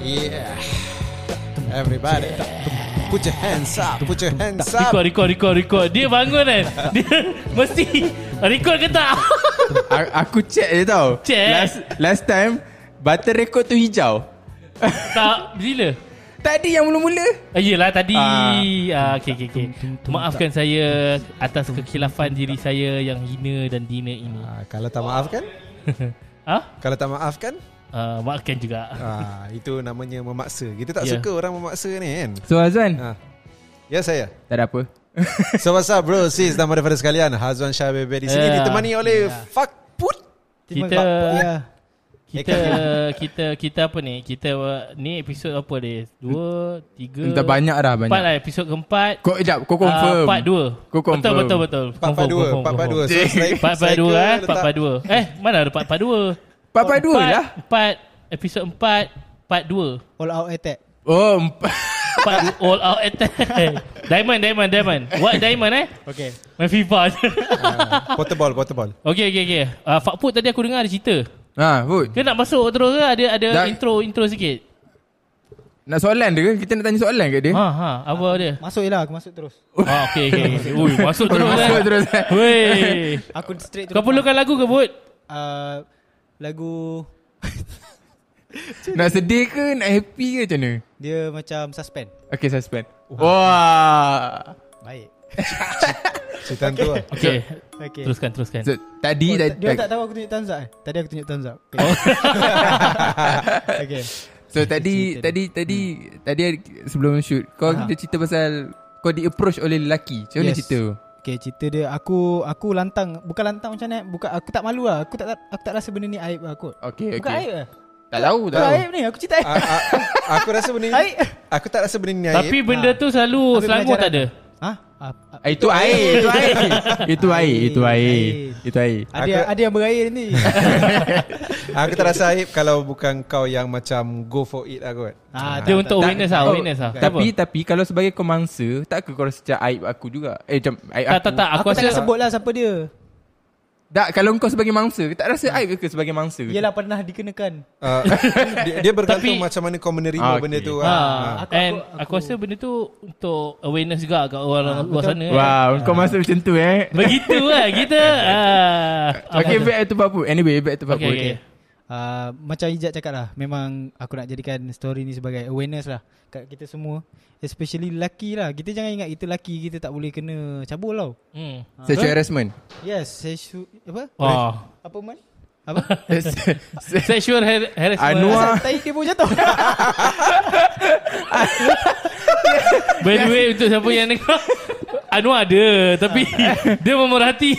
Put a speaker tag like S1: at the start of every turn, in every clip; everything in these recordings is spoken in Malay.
S1: Yeah. Everybody. Put your hands up. Put your hands up.
S2: Record, record, record, record. Dia bangun kan. Dia mesti record ke tak?
S3: A- Aku check je tau
S2: Check.
S3: Last, last time Button record tu hijau
S2: tak, bila?
S3: Tadi yang mula-mula
S2: Ah, Yelah tadi
S3: Ah.
S2: ah. Okay, okay, okay. Maafkan saya Atas kekhilafan diri saya Yang hina dan dina ini
S1: Ah, kalau tak maafkan,
S2: Ah,
S1: kalau tak maafkan,
S2: ah Maafkan juga
S1: ah, itu namanya memaksa. Kita tak
S2: Ya.
S1: suka orang memaksa ni kan.
S3: So Azwan
S1: Ah. Ya saya.
S3: Tak ada apa
S1: So what's up bro, sis dan daripada sekalian. Hazwan Shah Bebe di sini
S2: Ya.
S1: ditemani oleh Fuck Put. Eh,
S2: Kita
S1: Eka.
S2: Kita Kita Kita apa ni Kita uh, Ni episod apa ni Dua Tiga
S3: Dah banyak dah
S2: Empat
S3: banyak
S2: lah episod keempat
S3: Kau sekejap Kau confirm
S2: Ah, Part dua
S3: Kau confirm
S2: Betul betul betul
S1: Part part 2 Part part 2
S2: Part part dua eh Part part dua Eh mana ada part part dua
S3: Part part dua
S2: Part-
S3: lah
S2: Part Episod empat Part dua
S4: All out attack
S3: Oh empat
S2: Part du- all out attack Diamond diamond diamond What diamond eh
S4: Okay
S2: Main FIFA je
S1: Portable Portable
S2: Okay okay okay uh, Fakput tadi aku dengar ada cerita
S3: Ha Fud
S2: Kau nak masuk terus ke Ada ada
S3: Dah-
S2: intro intro sikit
S3: Nak soalan dia ke? Kita nak tanya soalan kat dia
S2: Ha ha apa dia
S4: Masuk je lah aku masuk terus
S2: Ah, okay, okay. Ui, masuk
S3: Oh,
S2: terus.
S3: masuk
S2: eh.
S3: terus, eh.
S2: Weh.
S4: Aku straight
S2: Kau
S4: terus
S2: perlukan lagu ke, Bud?
S4: uh, Lagu
S3: Nak sedih ke Nak happy ke macam mana
S4: Dia macam suspend
S3: Okay suspend Wah
S4: Baik
S1: Cerita tu lah
S2: Okay.
S4: Okay
S2: Teruskan, teruskan.
S3: so, Tadi
S4: Oh,
S3: dah,
S4: ta- Dia orang
S3: dah,
S4: tak tahu aku tunjuk thumbs up eh Tadi aku tunjuk thumbs up
S2: Oh.
S4: Okay, okay.
S3: So tadi Tadi Tadi Tadi sebelum shoot Kau
S4: Ha.
S3: kita cerita pasal Kau di approach oleh lelaki Macam mana
S4: Yes.
S3: cerita tu?
S4: Okay cerita dia Aku Aku lantang Bukan lantang macam mana Bukan, Aku tak malu lah Aku tak aku tak rasa benda ni aib lah kot
S3: Okay,
S4: Bukan
S3: okay.
S4: aib lah
S3: Tak tahu, tak
S4: Bukan
S3: tahu.
S4: aib ni Aku cerita aib
S1: A- a- Aku rasa benda ni
S4: Aib
S1: Aku tak rasa benda ni aib
S2: Tapi benda tu selalu
S4: Ambil
S2: Selangor
S4: pelajaran.
S2: tak ada.
S4: Ha? Ah, ah,
S3: Ah, Itu air, itu air. itu air, itu air. Itu air.
S4: Ada,
S1: Aku-
S4: ada yang berair ni
S1: Aku tak rasa aib Kalau bukan kau yang macam Go for it lah kot
S4: Ah,
S2: Dia untuk awareness lah,
S3: oh,
S2: awareness lah. Tak apa.
S3: Tapi tapi kalau sebagai kau mangsa, tak ke kau rasa macam aib aku juga? Eh macam aib
S2: Tak,
S3: aku.
S2: tak, tak. Aku
S4: Aku, tak
S2: rasa
S4: nak sebut lah siapa dia
S3: Tak, kalau kau sebagai mangsa, tak rasa aib ke sebagai mangsa?
S4: Yelah pernah dikenakan
S1: Ah, dia, dia bergantung
S2: Tapi-
S1: macam mana kau menerima
S3: Ah, okay.
S1: benda tu
S2: Ha,
S1: ah.
S4: aku-
S2: and
S4: aku-
S2: aku rasa benda tu untuk awareness juga kat
S4: Ah,
S2: orang luar sana. eh.
S3: Wow, kau masa macam tu eh.
S2: Begitu lah kita. ah, apa
S3: Okay,
S2: tu?
S3: back to Papu. Anyway, back to Papu.
S2: Okay, okay.
S4: Uh, macam Ijat cakap lah Memang aku nak jadikan story ni sebagai awareness lah Kat kita semua Especially lelaki lah Kita jangan ingat kita lelaki Kita tak boleh kena cabul tau
S2: Hmm.
S3: Sexual harassment.
S4: Yes sexu- Apa?
S2: Oh.
S4: Apa man? Apa?
S2: Sexual har- harassment.
S3: Anwar.
S4: Asal tahi dia pun jatuh
S2: By the way, untuk siapa yang dengar, Anwar ada. Tapi dia memerhati.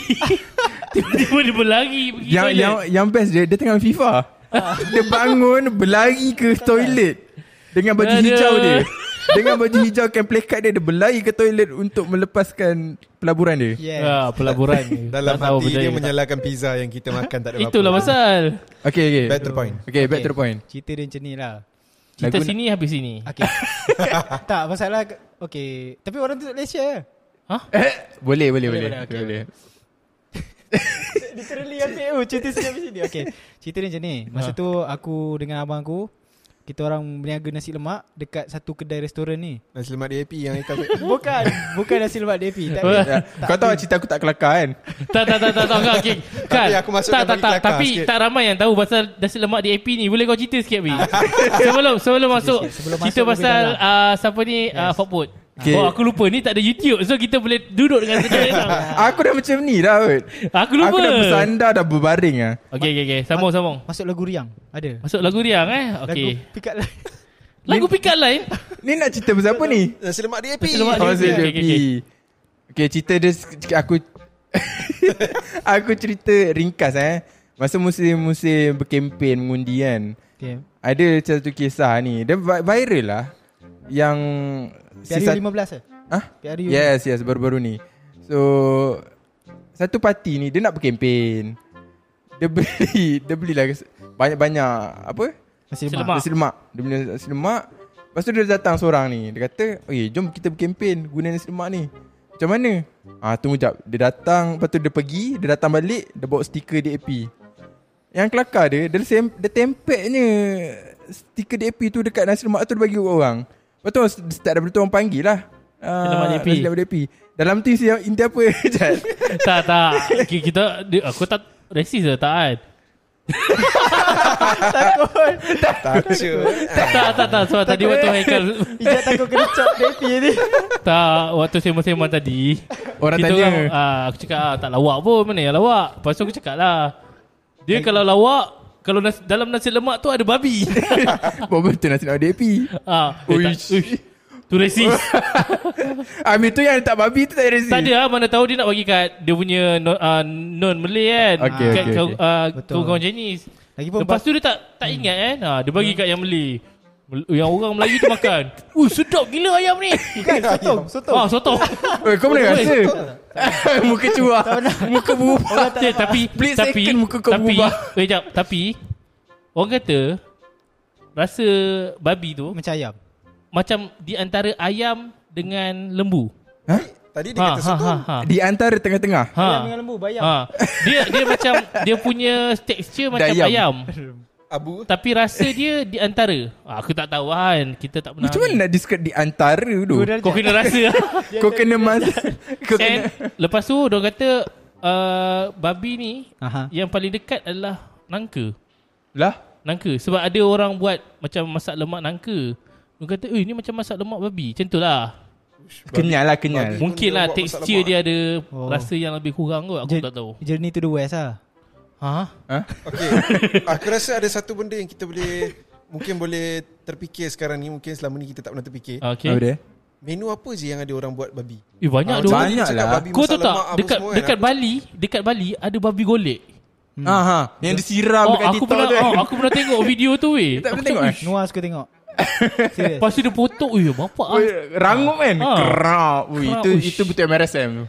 S2: Tiba-tiba dia berlari pergi
S3: Yang
S2: toilet.
S3: yang yang best dia dia tengah FIFA.
S2: Ah.
S3: dia bangun berlari ke toilet dengan baju
S2: Aduh.
S3: hijau dia. Dengan baju hijau kan plakat dia dia berlari ke toilet untuk melepaskan pelaburan dia.
S4: Yeah
S2: Ah, pelaburan.
S1: Dalam
S2: Tak tahu
S1: hati
S2: benda
S1: dia
S2: ni. lah,
S1: menyalahkan pizza yang kita makan tak ada
S2: Itulah
S1: apa-apa.
S2: pasal.
S3: Okay okay.
S1: Back to the point.
S3: Okay back to the point.
S4: Cerita dia macam ni lah
S2: Kita
S3: Lagu-
S2: sini habis sini.
S4: Okay Tak masalah Okay Tapi orang tu tak boleh share
S3: Eh, boleh boleh boleh.
S4: Boleh,
S3: Boleh.
S4: boleh, okay.
S3: boleh.
S4: Literally ambil oh, cerita sini habis sini Okay Cerita dia macam ni Masa
S2: Ha.
S4: tu aku dengan abang aku Kita orang berniaga nasi lemak Dekat satu kedai restoran ni
S1: Nasi lemak DAP yang kita
S4: Bukan Bukan nasi lemak DP Tak
S2: Wah.
S4: ada.
S3: Ya, Kau tahu cerita aku tak kelakar kan?
S2: tak tak tak tak tak kau okay. Kan.
S1: Tapi aku masukkan bagi
S2: tak tak tak
S1: kelakar
S2: tapi
S1: sikit.
S2: tak ramai yang tahu pasal nasi lemak di AP ni. Boleh kau cerita sikit Bi? sebelum sebelum masuk
S4: Sebelum
S2: cerita
S4: masuk,
S2: pasal
S4: lebih
S2: uh, siapa ni uh, Fakpot.
S3: Okay.
S2: Oh aku lupa ni tak ada YouTube so kita boleh duduk dengan sekarang.
S3: Aku dah macam ni dah kot.
S2: Aku lupa.
S3: Aku dah bersandar dah berbaring ah.
S2: Okey okey okey. Sambung sambung.
S4: Masuk lagu riang Ada
S2: Masuk lagu riang eh. Okey.
S4: Lagu Lah. pick up line
S2: Lagu pick up line.
S3: Ni nak cerita pasal apa ni?
S1: Nasi lemak DAP.
S2: Nasi lemak
S3: Oh,
S2: DAP.
S3: Zul
S2: Okay, okay,
S3: JP. Okay, cerita dia sek- aku aku cerita ringkas eh. Masa musim-musim berkempen mengundi kan.
S4: Okay
S3: Ada satu kisah ni. Dia vi- viral lah. Yang
S4: PRU 15 eh
S3: Ah?
S4: PRU
S3: Yes, yes, baru-baru ni. So satu parti ni dia nak berkempen. Dia beli, dia belilah banyak-banyak apa?
S4: Nasi
S2: Nasi
S4: lemak
S2: lemak.
S3: Nasi lemak Dia punya nasi lemak Lepas tu dia datang seorang ni Dia kata Okay jom kita berkempen Guna nasi lemak ni Macam mana Ah Tunggu jap Dia datang Lepas tu dia pergi Dia datang balik Dia bawa stiker DAP Yang kelakar dia Dia, sem- dia tempeknya stiker DAP tu dekat nasi lemak tu dia bagi kat orang. Lepas tu start daripada tu orang panggil lah.
S2: Nasi lemak
S3: Ah,
S2: DAP.
S3: nasi lemak DAP. Dalam tu isi, inti apa Jad?
S2: tak tak Ki- Kita dia- Aku tak Resis lah tak kan
S1: Takut
S2: Tak tak tak Sebab tadi waktu Haikal
S4: Ijat takut kena cap DP ni
S2: Tak Waktu sembang-sembang tadi
S3: Orang
S2: kita
S3: tanya.
S2: Orang, ah, aku cakap ah, tak lawak pun Mana yang lawak Lepas tu aku cakap lah
S3: Eh.
S2: Dia kalau lawak Kalau nasi, dalam nasi lemak tu ada babi
S3: Buat betul lah nasi lemak DAP.
S2: ah, eh, tak,
S3: Uish.
S2: uish. Tu resis
S3: Habis tu yang letak babi tu tak ada resi.
S2: Tak ada lah Mana tahu dia nak bagi kat Dia punya non, uh, non Malay kan
S3: Okey,
S2: Kat
S3: okey,
S2: kau,
S3: okey.
S2: ah,
S4: Betul. Hmm.
S2: Kawan-kawan jenis
S4: Lagipun
S2: Lepas tu dia tak tak ingat kan ha, Dia bagi kat yang Malay Mel- Yang orang Melayu tu makan Uh sedap gila ayam ni
S4: Kan sotong Sotong
S2: Ah sotong
S3: Eh, kau mana
S2: Oi.
S3: rasa? muka cuah. muka berubah.
S2: Eh, tapi
S3: Split
S2: tapi
S3: second muka kau
S2: tapi
S3: berubah.
S2: eh jap tapi orang kata rasa babi tu Ha.
S4: Macam ayam
S2: macam di antara ayam dengan lembu.
S3: Ha?
S1: Tadi dia kata sotong
S2: ha.
S3: Di antara tengah-tengah.
S2: Ha.
S4: Ayam dengan lembu Bayam
S2: Ha. Dia dia macam dia punya texture macam
S3: Dayam.
S2: ayam. ayam.
S1: Abu
S2: Tapi rasa dia di antara. Ah, aku tak tahu kan. Kita tak pernah.
S3: Macam mana nak describe di antara tu?
S4: Dua darjat.
S2: Kau kena rasa.
S3: Kau kena mas Kau
S2: And
S3: kena
S2: lepas tu dia kata uh, babi ni
S4: Aha.
S2: yang paling dekat adalah nangka.
S3: Lah
S2: Nangka Sebab ada orang buat Macam masak lemak nangka Dia kata Eh ni macam masak lemak babi Macam tu lah
S3: Kenyal lah
S1: Babi.
S3: kenyal
S2: Mungkin lah
S1: dia buat masak
S2: Tekstur
S1: lemak.
S2: dia ada
S4: Oh.
S2: oh. Rasa yang lebih kurang kot Aku
S4: Jour-
S2: tak tahu
S4: Journey to the West lah
S2: Ha?
S3: Ha?
S1: Okay Aku rasa ada satu benda yang kita boleh Mungkin boleh terfikir sekarang ni Mungkin selama ni kita tak pernah terfikir
S2: Okay
S3: Apa dia?
S1: Menu apa je yang ada orang buat babi?
S2: Eh banyak
S1: Ah,
S2: tu
S1: macam tadi
S3: banyak
S1: dia cakap
S3: lah.
S1: babi
S2: Kau
S1: masak
S2: tahu tak
S1: lemak apa
S2: Dekat
S1: semua kan?
S2: dekat Bali Dekat Bali Ada babi golek
S3: Aha, Ah, ha. yang disiram
S2: Hmm. Oh aku
S3: dekat Ah, TikTok
S2: pernah
S3: tu.
S2: oh, Aku pernah tengok video tu weh
S3: tak pernah tengok eh?
S4: Noah suka tengok Serius
S2: Lepas tu dia potong Eh bapak ah.
S3: Oi, rangup kan?
S2: Ha.
S3: Kerap. Ui,
S2: Kerap,
S3: itu
S2: uish.
S3: itu betul MRSM tu.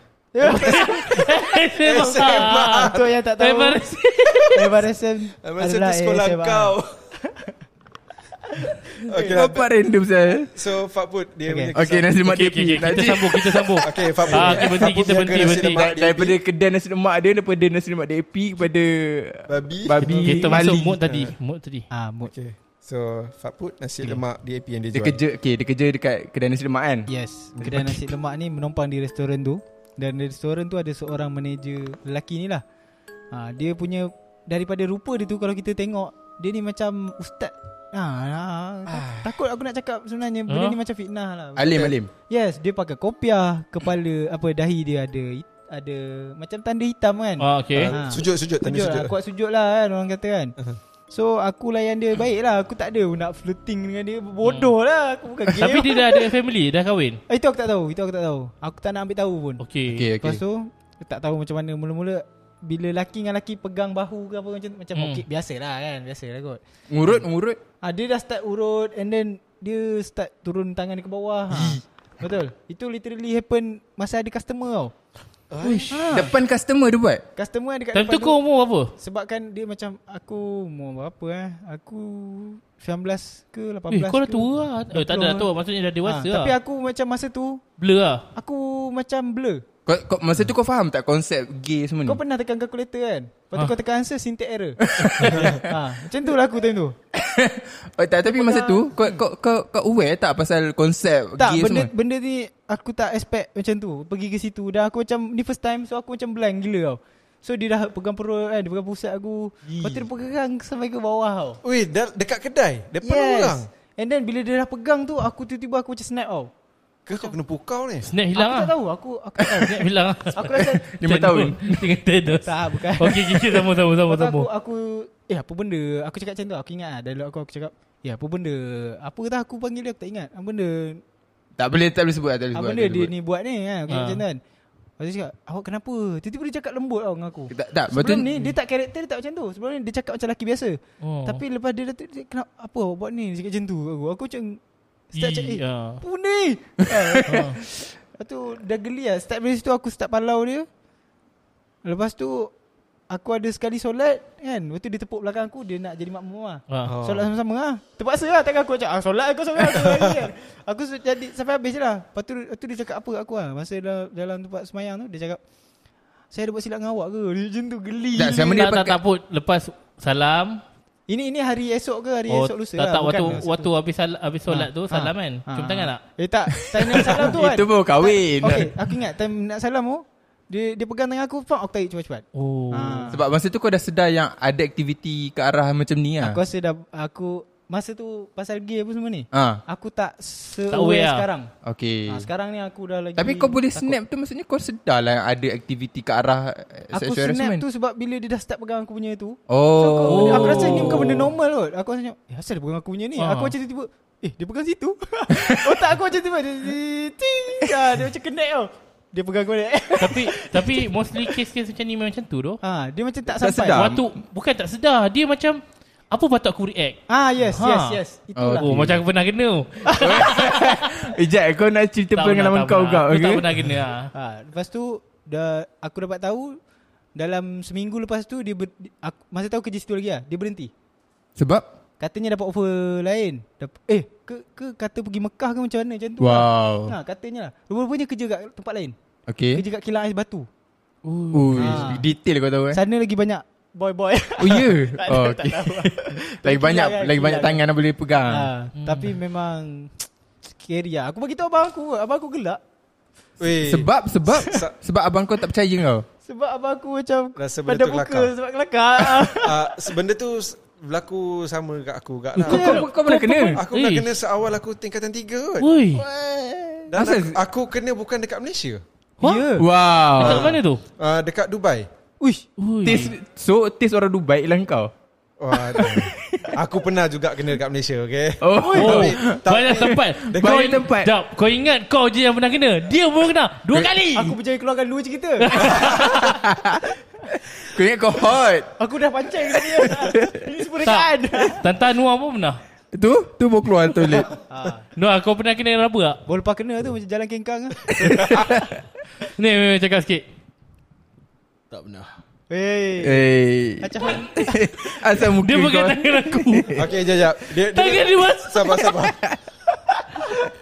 S2: Memang
S4: Untuk yang tak tahu
S2: Ah. Embarrassing.
S4: Embarrassing
S1: Masa tu sekolah
S2: eh,
S1: kau Okay lah
S3: Apa random saya?
S1: So Fakbut Dia
S4: Okay.
S1: punya kisah
S3: Okey, nasi lemak
S2: Okay, okay,
S3: tepi.
S2: okay. Kita sambung Kita sambung
S1: Okay Fakbut
S2: Ah, kita berhenti,
S1: Fakbut
S2: kita
S1: yang
S2: berhenti,
S1: kena
S2: berhenti.
S1: semak dia
S3: Daripada kedai nasi lemak dia Daripada nasi lemak DAP Kepada
S1: Babi.
S3: Babi
S2: Kita masuk
S3: Bali.
S2: mood tadi Mood tadi
S4: Ah, mood.
S1: Okay So Fakbut nasi lemak DAP yang dia
S3: Dia
S1: jual
S3: kerja okay, Dia kerja dekat kedai nasi lemak kan
S4: Yes Kedai nasi lemak ni Menumpang di restoran tu Dan di restoran tu Ada seorang manager Lelaki ni lah ha, Dia punya Daripada rupa dia tu Kalau kita tengok Dia ni macam Ustaz ha, ha, Takut aku nak cakap sebenarnya Benda
S2: Ah. Ha?
S4: ni macam fitnah lah
S3: Alim Alim
S4: Yes Dia pakai kopiah Kepala Apa dahi dia ada Ada Macam tanda hitam kan
S2: Ah, okay.
S1: Ah,
S4: Ha.
S1: Sujud sujud Tanya
S4: Sujud
S1: sujud
S4: lah Kuat sujud lah kan Orang kata kan So aku layan dia baik lah Aku tak ada nak flirting dengan dia Bodoh lah Aku bukan gay
S2: Hmm. Tapi dia dah ada family Dah kahwin
S4: Eh, Itu aku tak tahu Itu aku tak tahu Aku tak nak ambil tahu pun okay.
S2: Okay,
S3: Okay okay
S4: Lepas tu aku Tak tahu macam mana Mula-mula Bila laki dengan laki Pegang bahu ke apa Macam macam
S2: Hmm.
S4: okay Biasa lah kan Biasa lah kot
S3: Ngurut ngurut
S4: ah, Dia dah start urut And then Dia start turun tangan dia ke bawah ha. Betul Itu literally happen Masa ada customer tau
S3: Ha. Depan customer dia buat
S4: Customer ada kat
S2: Time tu
S4: depan
S2: kau umur berapa?
S4: Sebabkan dia macam Aku Umur berapa eh Aku 19 ke 18
S2: Eh, kau dah
S4: ke.
S2: tua lah. Eh, tak ada dah tua. Maksudnya dah dewasa
S4: Ah,
S2: lah.
S4: Tapi aku macam masa tu
S2: Blur lah.
S4: Aku macam blur
S3: kau, kau, Masa tu kau faham tak Konsep gay semua ni
S4: Kau pernah tekan kalkulator kan Lepas tu kau tekan answer Syntax error ha, Macam tu lah aku time tu
S3: oh, tak, Tapi masa tu kau, kau, kau, kau aware tak Pasal konsep
S4: Tak
S3: gay
S4: benda,
S3: semua
S4: benda ni Aku tak expect macam tu Pergi ke situ Dah aku macam Ni first time So aku macam blank gila tau So dia dah pegang perut kan Dia pegang pusat aku Lepas tu dia pegang Sampai ke bawah tau
S1: Ui dah- dekat kedai Depan orang
S4: Yes And then bila dia dah pegang tu Aku tiba-tiba aku macam snap tau
S1: Ke kau kena pukau ni
S2: Snack hilang
S4: Aku
S2: lah.
S4: tak tahu Aku aku tak tahu.
S2: Snack hilang lah.
S4: Aku rasa
S3: Lima tahun.
S2: Dengan tedos.
S4: Tak bukan
S2: Okay, okay. Sama, sama, sama,
S4: Lepas tu
S2: sama.
S4: aku, aku Eh apa benda Aku cakap macam tu Aku ingat lah Dialog aku aku cakap Ya apa benda Apa tah aku panggil dia Aku tak ingat Apa benda
S3: Tak boleh tak boleh sebut tak boleh
S4: Apa
S3: sebut,
S4: Ah, benda
S3: tak
S4: dia
S3: boleh
S4: ni buat ni kan Aku
S2: Ha.
S4: cakap macam tu kan Lepas tu cakap Awak kenapa Tiba-tiba dia cakap lembut tau dengan aku
S3: sebut. Tak, tak betul
S4: Sebelum ni dia tak karakter dia tak macam tu Sebelum ni dia cakap macam lelaki biasa
S2: Oh.
S4: Tapi lepas dia, dia, tu- dia Kenapa Apa awak buat ni Dia cakap macam tu kat aku Aku macam Start cakap
S2: Ih,
S4: Eh
S2: ah.
S4: apa benda ni Ha. Lepas tu dah geli lah Start dari situ aku start palau dia Lepas tu Aku ada sekali solat Kan Lepas tu dia tepuk belakang aku Dia nak jadi makmum lah
S2: Ah.
S1: Oh.
S4: Solat sama-sama lah Terpaksa lah Takkan aku cakap ah, Solat aku solat aku lagi kan Aku su- jadi sampai habis je lah Lepas tu, lepas tu dia cakap apa kat aku lah Masa dalam, dalam tempat semayang tu Dia cakap Saya ada buat silap dengan awak ke Dia macam tu geli
S3: Tak, sama
S2: Tak,
S3: dia
S2: tak,
S3: pakai
S2: tak put. Lepas salam.
S4: Ini ini hari esok ke hari
S2: Oh,
S4: esok lusa
S2: tak,
S4: lah,
S2: tak
S4: bukan
S2: waktu
S4: lusa.
S2: waktu habis sal, habis solat
S4: Ha,
S2: tu
S4: ha,
S2: salam kan.
S4: ha,
S2: Cium
S4: ha.
S2: tangan tak?
S4: Eh tak, time nak salam tu kan.
S3: Itu pun kahwin.
S2: lah.
S4: Okey, aku ingat time nak salam tu, dia dia pegang tangan aku, pak aku tarik cepat-cepat.
S2: Oh.
S4: Ha.
S3: Sebab masa tu kau dah sedar yang ada aktiviti ke arah macam ni lah.
S4: Aku rasa dah aku masa tu pasal gay apa semua ni.
S3: Ha.
S4: Aku tak se
S2: Ah. Tak aware
S4: aware
S2: lah.
S4: sekarang.
S3: Okay.
S4: Ha, sekarang ni aku dah lagi
S3: Tapi kau boleh snap tu maksudnya kau sedar lah yang ada aktiviti ke arah eh,
S4: Aku
S3: sexual
S4: snap
S3: harassment.
S4: tu sebab bila dia dah start pegang aku punya tu.
S3: Oh.
S4: Aku,
S2: Oh.
S4: aku rasa ni bukan benda normal kot. Aku rasa macam, eh asal dia pegang aku punya ni?
S2: Ah.
S4: Aku macam tiba-tiba, eh dia pegang situ. Otak aku macam tiba-tiba, dia, dia, ting. Ah, dia macam connect tau. Dia pegang aku balik.
S2: Tapi tapi mostly kes-kes macam ni memang macam tu doh.
S4: Ah, dia macam tak,
S3: Tak
S4: sampai.
S3: sedar.
S2: Waktu bukan tak sedar, dia macam apa patut aku react?
S4: Ah, yes,
S2: Ha.
S4: yes, yes. Itulah.
S2: Oh, macam aku pernah kena.
S3: Ejak kau nak cerita pengalaman kau
S2: pernah.
S3: kau.
S2: Aku tak
S3: Okay?
S2: pernah kena. ah.
S4: Ha, lepas tu dah aku dapat tahu dalam seminggu lepas tu dia ber, di- aku, masa tahu kerja situ lagi lah, dia berhenti.
S3: Sebab
S4: Katanya dapat offer lain. Dap- eh, ke, ke kata pergi Mekah ke macam mana macam tu. lah.
S1: Oh.
S3: Wow.
S4: Ha, katanya lah. Rupa-rupanya kerja kat tempat lain.
S3: Okay.
S4: Kerja kat kilang ais batu.
S3: Ui,
S4: Ah.
S3: detail kau tahu eh.
S4: Sana lagi banyak boy-boy.
S3: Oh ya.
S4: Tak
S3: Oh,
S4: tahu, tak
S3: okay.
S4: tahu.
S3: Lagi banyak
S4: Kilang kan,
S3: lagi banyak
S4: kilang.
S3: tangan yang boleh pegang.
S4: Ha, Tapi memang scary lah. Aku bagi tahu abang aku. Abang aku gelak.
S1: Weh,
S3: Sebab sebab sebab abang kau tak percaya kau.
S4: Sebab abang aku macam
S1: Rasa benda
S4: pada
S1: tu
S4: muka
S1: kelakar.
S4: sebab kelakar.
S1: uh, benda tu s- berlaku sama kat aku kat lah.
S3: Kau kau, kau pernah kena.
S1: Aku pernah
S2: Eh.
S1: kena seawal aku tingkatan 3 kot.
S2: Woi.
S1: Dan
S3: Asal-
S1: aku, aku kena bukan dekat Malaysia.
S2: Ha?
S4: Ya.
S2: Kat
S3: Wow.
S2: mana tu?
S1: Uh, dekat Dubai.
S4: Uish.
S2: Ui.
S3: Taste so taste orang Dubai ialah kau.
S1: Wah, dah. aku pernah juga kena dekat Malaysia, okay?
S3: Oh.
S2: Oh,
S1: Tapi- tapi-
S2: banyak tempat.
S1: Dekat-
S2: Kau-
S3: Banyak tempat.
S2: Jap, kau ingat kau je yang pernah kena. Dia pun kena dua kali.
S4: Aku berjaya keluarkan dua cerita.
S3: Kau ingat kau hot.
S4: aku dah pancing kat dia. Ini semua dekat.
S2: tak. Tanta Nuah pun pernah.
S3: Tu tu baru keluar toilet.
S4: Ha.
S2: Nuah, kau pernah kena raba tak?
S4: Baru lepas kena tu macam jalan kengkang ah.
S2: Ni, ni, ni, cakap sikit.
S5: Tak pernah.
S4: Wey.
S3: Eh.
S4: Macam
S3: Asal muka
S2: Dia pegang
S3: kau.
S2: tangan aku.
S1: Okay, jap, jap. Dia,
S2: Tangan
S1: dia,
S2: dia mas.
S1: sabar, sabar.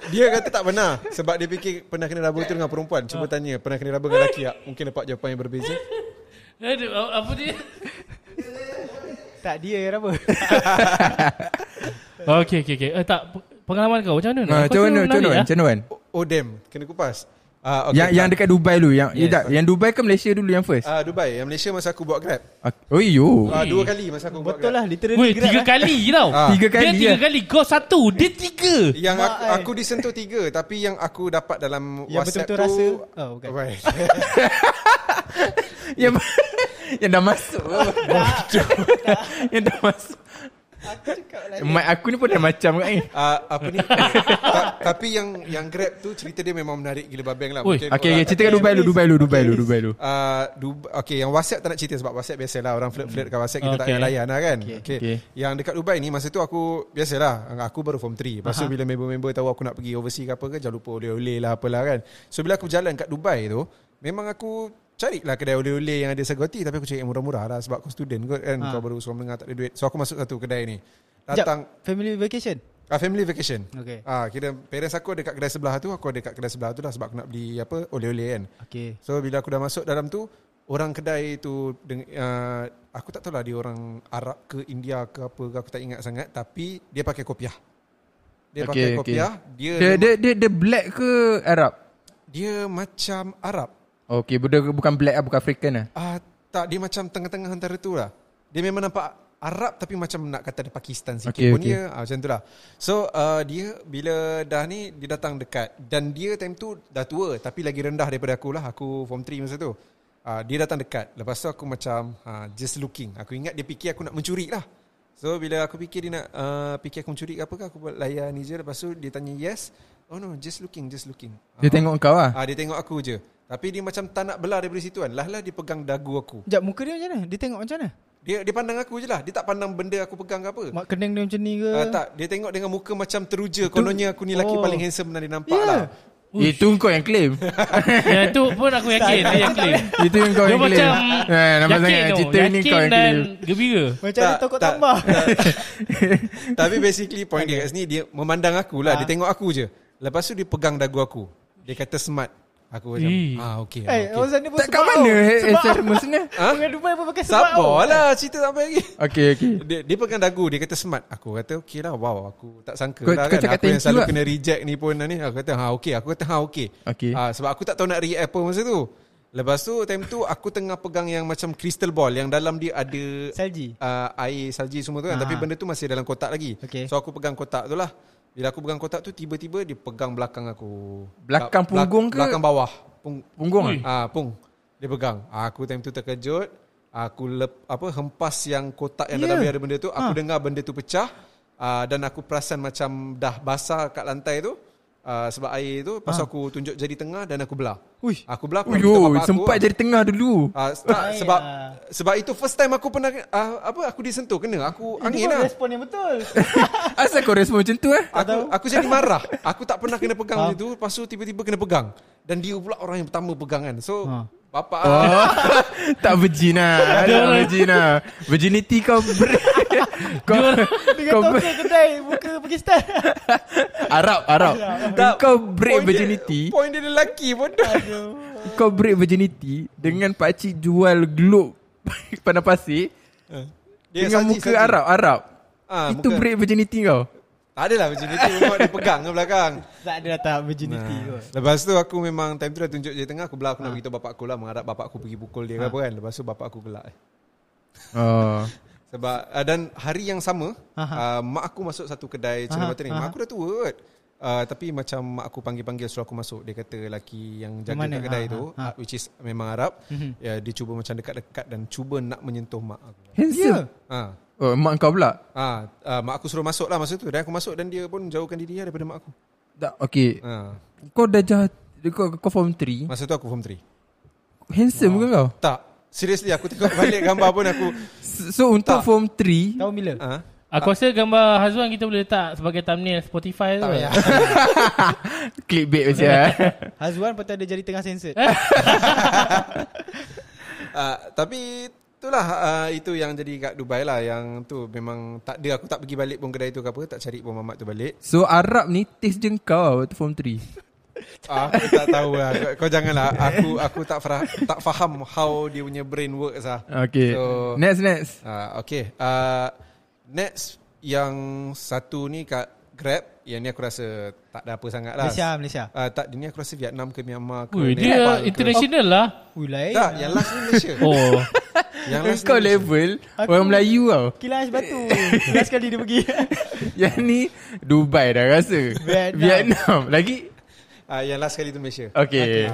S1: Dia kata tak pernah Sebab dia fikir Pernah kena raba tu dengan perempuan Cuba tanya Pernah kena raba dengan lelaki tak? Mungkin dapat jawapan yang berbeza
S2: Aduh, a- apa dia?
S4: tak dia yang apa.
S2: Okey, okey, okey. Eh, tak, pe- pengalaman kau macam mana?
S3: Ha,
S2: Kau tengok
S3: macam mana? Macam mana?
S2: menarik, ah.
S3: Macam mana?
S1: Oh, oh damn Kena kupas Ah,
S3: Yang yang dekat Dubai dulu yang
S2: Yes.
S3: yes. yang Dubai ke Malaysia dulu yang first.
S1: Ah, Dubai Yang Malaysia masa aku buat grab
S3: Oh yo.
S1: Ah, Dua kali masa aku buat
S4: Betul
S1: grab
S4: lah
S2: ah?
S4: literally
S2: Weh,
S4: grab,
S2: tiga
S4: eh.
S2: kali tau.
S1: Ah.
S3: Tiga
S2: Dia
S3: kali.
S2: tiga
S3: ya.
S2: kali. Kau satu, dia tiga.
S1: Yang
S4: Mak,
S1: aku,
S4: eh.
S1: aku disentuh tiga Tapi yang aku dapat dalam
S4: Yang
S1: WhatsApp
S4: betul-betul
S1: tu
S4: rasa. Oh, bukan.
S1: Right.
S3: Yang Ya, yang dah masuk. yang dah masuk. Mic aku ni pun dah macam kan ni.
S1: Ah, apa ni Ta- Tapi yang yang grab tu Cerita dia memang menarik Gila babeng lah
S2: Ui,
S1: Mungkin
S3: Okay, okay,
S1: korang-
S3: cerita kat Dubai dulu, Dubai dulu, Dubai dulu, Dubai dulu.
S1: Uh, Dubai, okay, yang WhatsApp tak nak cerita sebab WhatsApp biasalah orang flirt-flirt kat WhatsApp kita okay. tak
S2: Okay.
S1: payah layan lah kan. Okay.
S3: Okay.
S1: Yang dekat Dubai ni masa tu aku biasalah aku baru form 3. Lepas tu bila member-member tahu aku nak pergi overseas ke apa ke jangan lupa oleh-oleh lah apalah kan. So bila aku berjalan kat Dubai tu memang aku carilah kedai oleh-oleh yang ada segoti tapi aku cari yang murah-murah lah sebab kau student kot kan. Kau baru seorang menengah tak ada duit. So aku masuk satu kedai ni.
S4: Sekejap,
S1: Datang
S4: family vacation.
S1: Ah family vacation.
S4: Okay.
S1: Ah kira parents aku ada kat kedai sebelah tu, aku ada kat kedai sebelah tu lah sebab aku nak beli apa oleh-oleh kan.
S4: Okay.
S1: So bila aku dah masuk dalam tu Orang kedai tu deng- uh, Aku tak tahu lah dia orang Arab ke India ke apa ke Aku tak ingat sangat Tapi dia pakai kopiah Dia okay, pakai
S3: Okay, okay.
S1: kopiah Dia
S3: Dia dia dia, dia black ke Arab?
S1: dia macam Arab
S3: Okay, dia bukan black lah, bukan African lah.
S1: ah Tak dia macam tengah-tengah antara tu lah Dia memang nampak Arab tapi macam nak kata dia Pakistan sikit okay,
S3: Okay,
S1: pun
S3: okay.
S1: okay. dia ah, Macam tu lah So uh, dia bila dah ni Dia datang dekat Dan dia time tu dah tua Tapi lagi rendah daripada aku lah Aku form 3 masa tu uh, Dia datang dekat Lepas tu aku macam uh, Just looking Aku ingat dia fikir aku nak mencuri lah So bila aku fikir dia nak uh, Fikir aku mencuri ke apa ke Aku buat layan ni je Lepas tu dia tanya yes Oh no just looking Just looking
S3: Dia tengok kau lah.
S1: Ah dia tengok aku je. Tapi dia macam tak nak belah daripada situ kan. Lah-lah dia pegang dagu aku.
S4: Sekejap, muka dia macam mana? Dia tengok macam mana?
S1: Dia dia pandang aku je lah. Dia tak pandang benda aku pegang ke apa.
S4: Mak kedeng dia macam ni ke?
S1: Ah, tak, dia tengok dengan muka macam teruja kononnya aku ni lelaki
S4: Oh.
S1: paling handsome yang dia nampak
S4: Ya.
S1: yeah. lah.
S3: Itu kau yang claim.
S2: Yang tu pun aku yakin. Dia yang claim.
S3: Itu yang kau
S2: Dia
S3: yang claim.
S2: macam
S3: Eh, nampak
S2: yakin
S3: sangat
S2: tau.
S3: cerita ni
S2: Yakin
S3: kau yang
S2: dan
S3: claim.
S2: gembira.
S4: Macam ada
S1: Tak,
S4: tokok
S1: tak.
S4: tambah.
S1: Tapi basically point
S4: Ah.
S1: dia kat sini dia memandang aku lah. Dia tengok aku je. Lepas tu dia pegang dagu aku. Dia kata smart. Aku macam
S2: Ih.
S1: ah okey. ah,
S4: Eh,
S1: okey.
S4: Ozan ni pun
S3: Kat mana eh, termos ni?
S1: Ha?
S4: Dengan Dubai pun pakai sebab
S1: Sabar lah cerita sampai lagi.
S3: Okey okey.
S1: Dia, dia pegang dagu Dia kata smart Aku kata okey lah Wow aku tak sangka
S3: Kau-
S1: lah kan
S3: kau
S1: Aku
S3: cakap
S1: yang
S3: thank you
S1: selalu
S3: lah.
S1: kena reject ni pun ni Aku kata ha okey Aku kata ha okey
S3: Okey.
S1: ha, Sebab aku tak tahu nak react apa masa tu Lepas tu time tu Aku tengah pegang yang macam crystal ball Yang dalam dia ada
S4: Salji.
S1: uh, Air salji semua tu kan
S4: Ah.
S1: Tapi benda tu masih dalam kotak lagi
S4: Okey.
S1: So aku pegang kotak tu lah Bila aku pegang kotak tu Tiba-tiba dia pegang belakang aku
S3: Belakang
S1: Belak-
S3: punggung ke?
S1: Belakang bawah Pung,
S3: Punggung ah.
S1: Ah, pung. Dia pegang. Ah, Aku time tu terkejut. Aku lep, apa hempas yang kotak yang
S4: Ya.
S1: yeah. dalam dia ada benda tu.
S4: Ah.
S1: Aku ha. dengar benda tu pecah. Uh, dan aku perasan macam dah basah kat lantai tu. Uh, sebab air tu. Lepas ha. aku tunjuk jari tengah dan aku belah.
S4: Ah.
S1: Ah,
S4: Ui.
S1: Aku belah. aku minta
S3: Uyo,
S1: bapak aku,
S3: sempat
S1: ah.
S3: jadi tengah dulu.
S1: Ah, tak,
S4: Ayah.
S1: sebab sebab itu first time aku pernah ah, apa aku disentuh kena aku angin lah.
S4: Respon yang betul
S3: Asal kau respon macam tu eh?
S1: Aku aku jadi marah. Aku tak pernah kena pegang macam tu. Lepas tu tiba-tiba kena pegang. Dan dia pula orang yang pertama pegang kan. So
S4: Ha.
S1: bapak
S3: Oh, tak virgin lah. Tak virgin lah. Virginity kau ber... kau,
S4: Dengan
S3: kau ber...
S4: token kedai Buka Pakistan
S3: Arab, Arab. Kau break
S1: Point dia,
S3: virginity.
S1: Point dia lelaki bodoh
S3: Kau break virginity dengan pakcik jual globe pandang pasir
S1: Dia
S3: dengan
S1: saji,
S3: muka
S1: saji.
S3: Arab, Arab.
S1: Ah,
S3: Itu
S1: muka-
S3: break virginity kau.
S1: Tak adalah virginity Memang dia pegang ke belakang
S4: Tak ada lah tahap virginity kot
S1: Lepas tu aku memang Time tu dah tunjuk je tengah Aku belah
S3: Ah.
S1: aku nak beritahu bapak aku lah Mengharap bapak aku pergi pukul dia ke apa kan Lepas tu bapak aku gelak
S3: Oh.
S1: Sebab uh, Dan hari yang sama uh,
S3: Ah,
S1: Mak aku masuk satu kedai Cina
S4: Aha,
S1: Batu ni Mak aku dah tua kot Uh, tapi macam mak aku panggil-panggil suruh aku masuk Dia kata lelaki yang jaga
S4: Mana?
S1: kat kedai
S3: Ah,
S4: Ha,
S1: tu
S4: ha,
S1: uh, Which is memang Arab
S3: Mhm.
S1: ya, Dia cuba macam dekat-dekat Dan cuba nak menyentuh mak aku
S4: Ya.
S3: Handsome.
S1: Ah,
S3: Oh, mak kau pula.
S1: Ah, ah, mak aku suruh masuk lah masa tu Dan aku masuk dan dia pun jauhkan diri lah daripada mak aku
S3: Tak, okay.
S1: ah,
S3: Kau dah jahat. Kau, kau form 3.
S1: Masa tu aku form 3
S3: Handsome bukan kau?
S1: Tak Seriously aku tengok balik gambar pun aku
S3: So,
S1: Tak.
S3: untuk form 3,
S4: Tahu bila?
S1: ah,
S2: Aku rasa gambar Hazwan kita boleh letak sebagai thumbnail Spotify
S1: Tak
S2: tu.
S1: payah
S3: clickbait macam eh.
S4: Hazwan patut ada jari tengah censored
S1: ah, Tapi Itulah ah, Itu yang jadi kat Dubai lah Yang tu memang Tak ada aku tak pergi balik pun kedai tu ke apa Tak cari pun mamak tu balik
S3: So, Arab ni taste je kau lah waktu form 3.
S1: ah, Aku tak tahu lah Kau, kau janganlah Aku aku tak faham, tak faham How dia punya brain works lah
S3: Okay.
S1: So-
S3: next, next.
S1: Ah, okay. Ah, next yang satu ni kat Grab, yang ni aku rasa tak ada apa sangat lah.
S4: Malaysia Malaysia
S1: Ah, tak, ini aku rasa Vietnam ke Myanmar ke.
S2: Ui, dia
S1: Nepal ke. Eh,
S2: international lah.
S4: Ui lain
S1: Tak, yang last ni Malaysia.
S2: Oh.
S1: Yang last
S3: Kau level
S4: Aku-
S3: orang Melayu tau.
S4: Kilas batu Last kali dia pergi
S3: Yang ni Dubai dah rasa.
S4: Vietnam.
S3: Vietnam. Lagi?
S1: Ah, yang last kali tu Malaysia.
S3: Okay.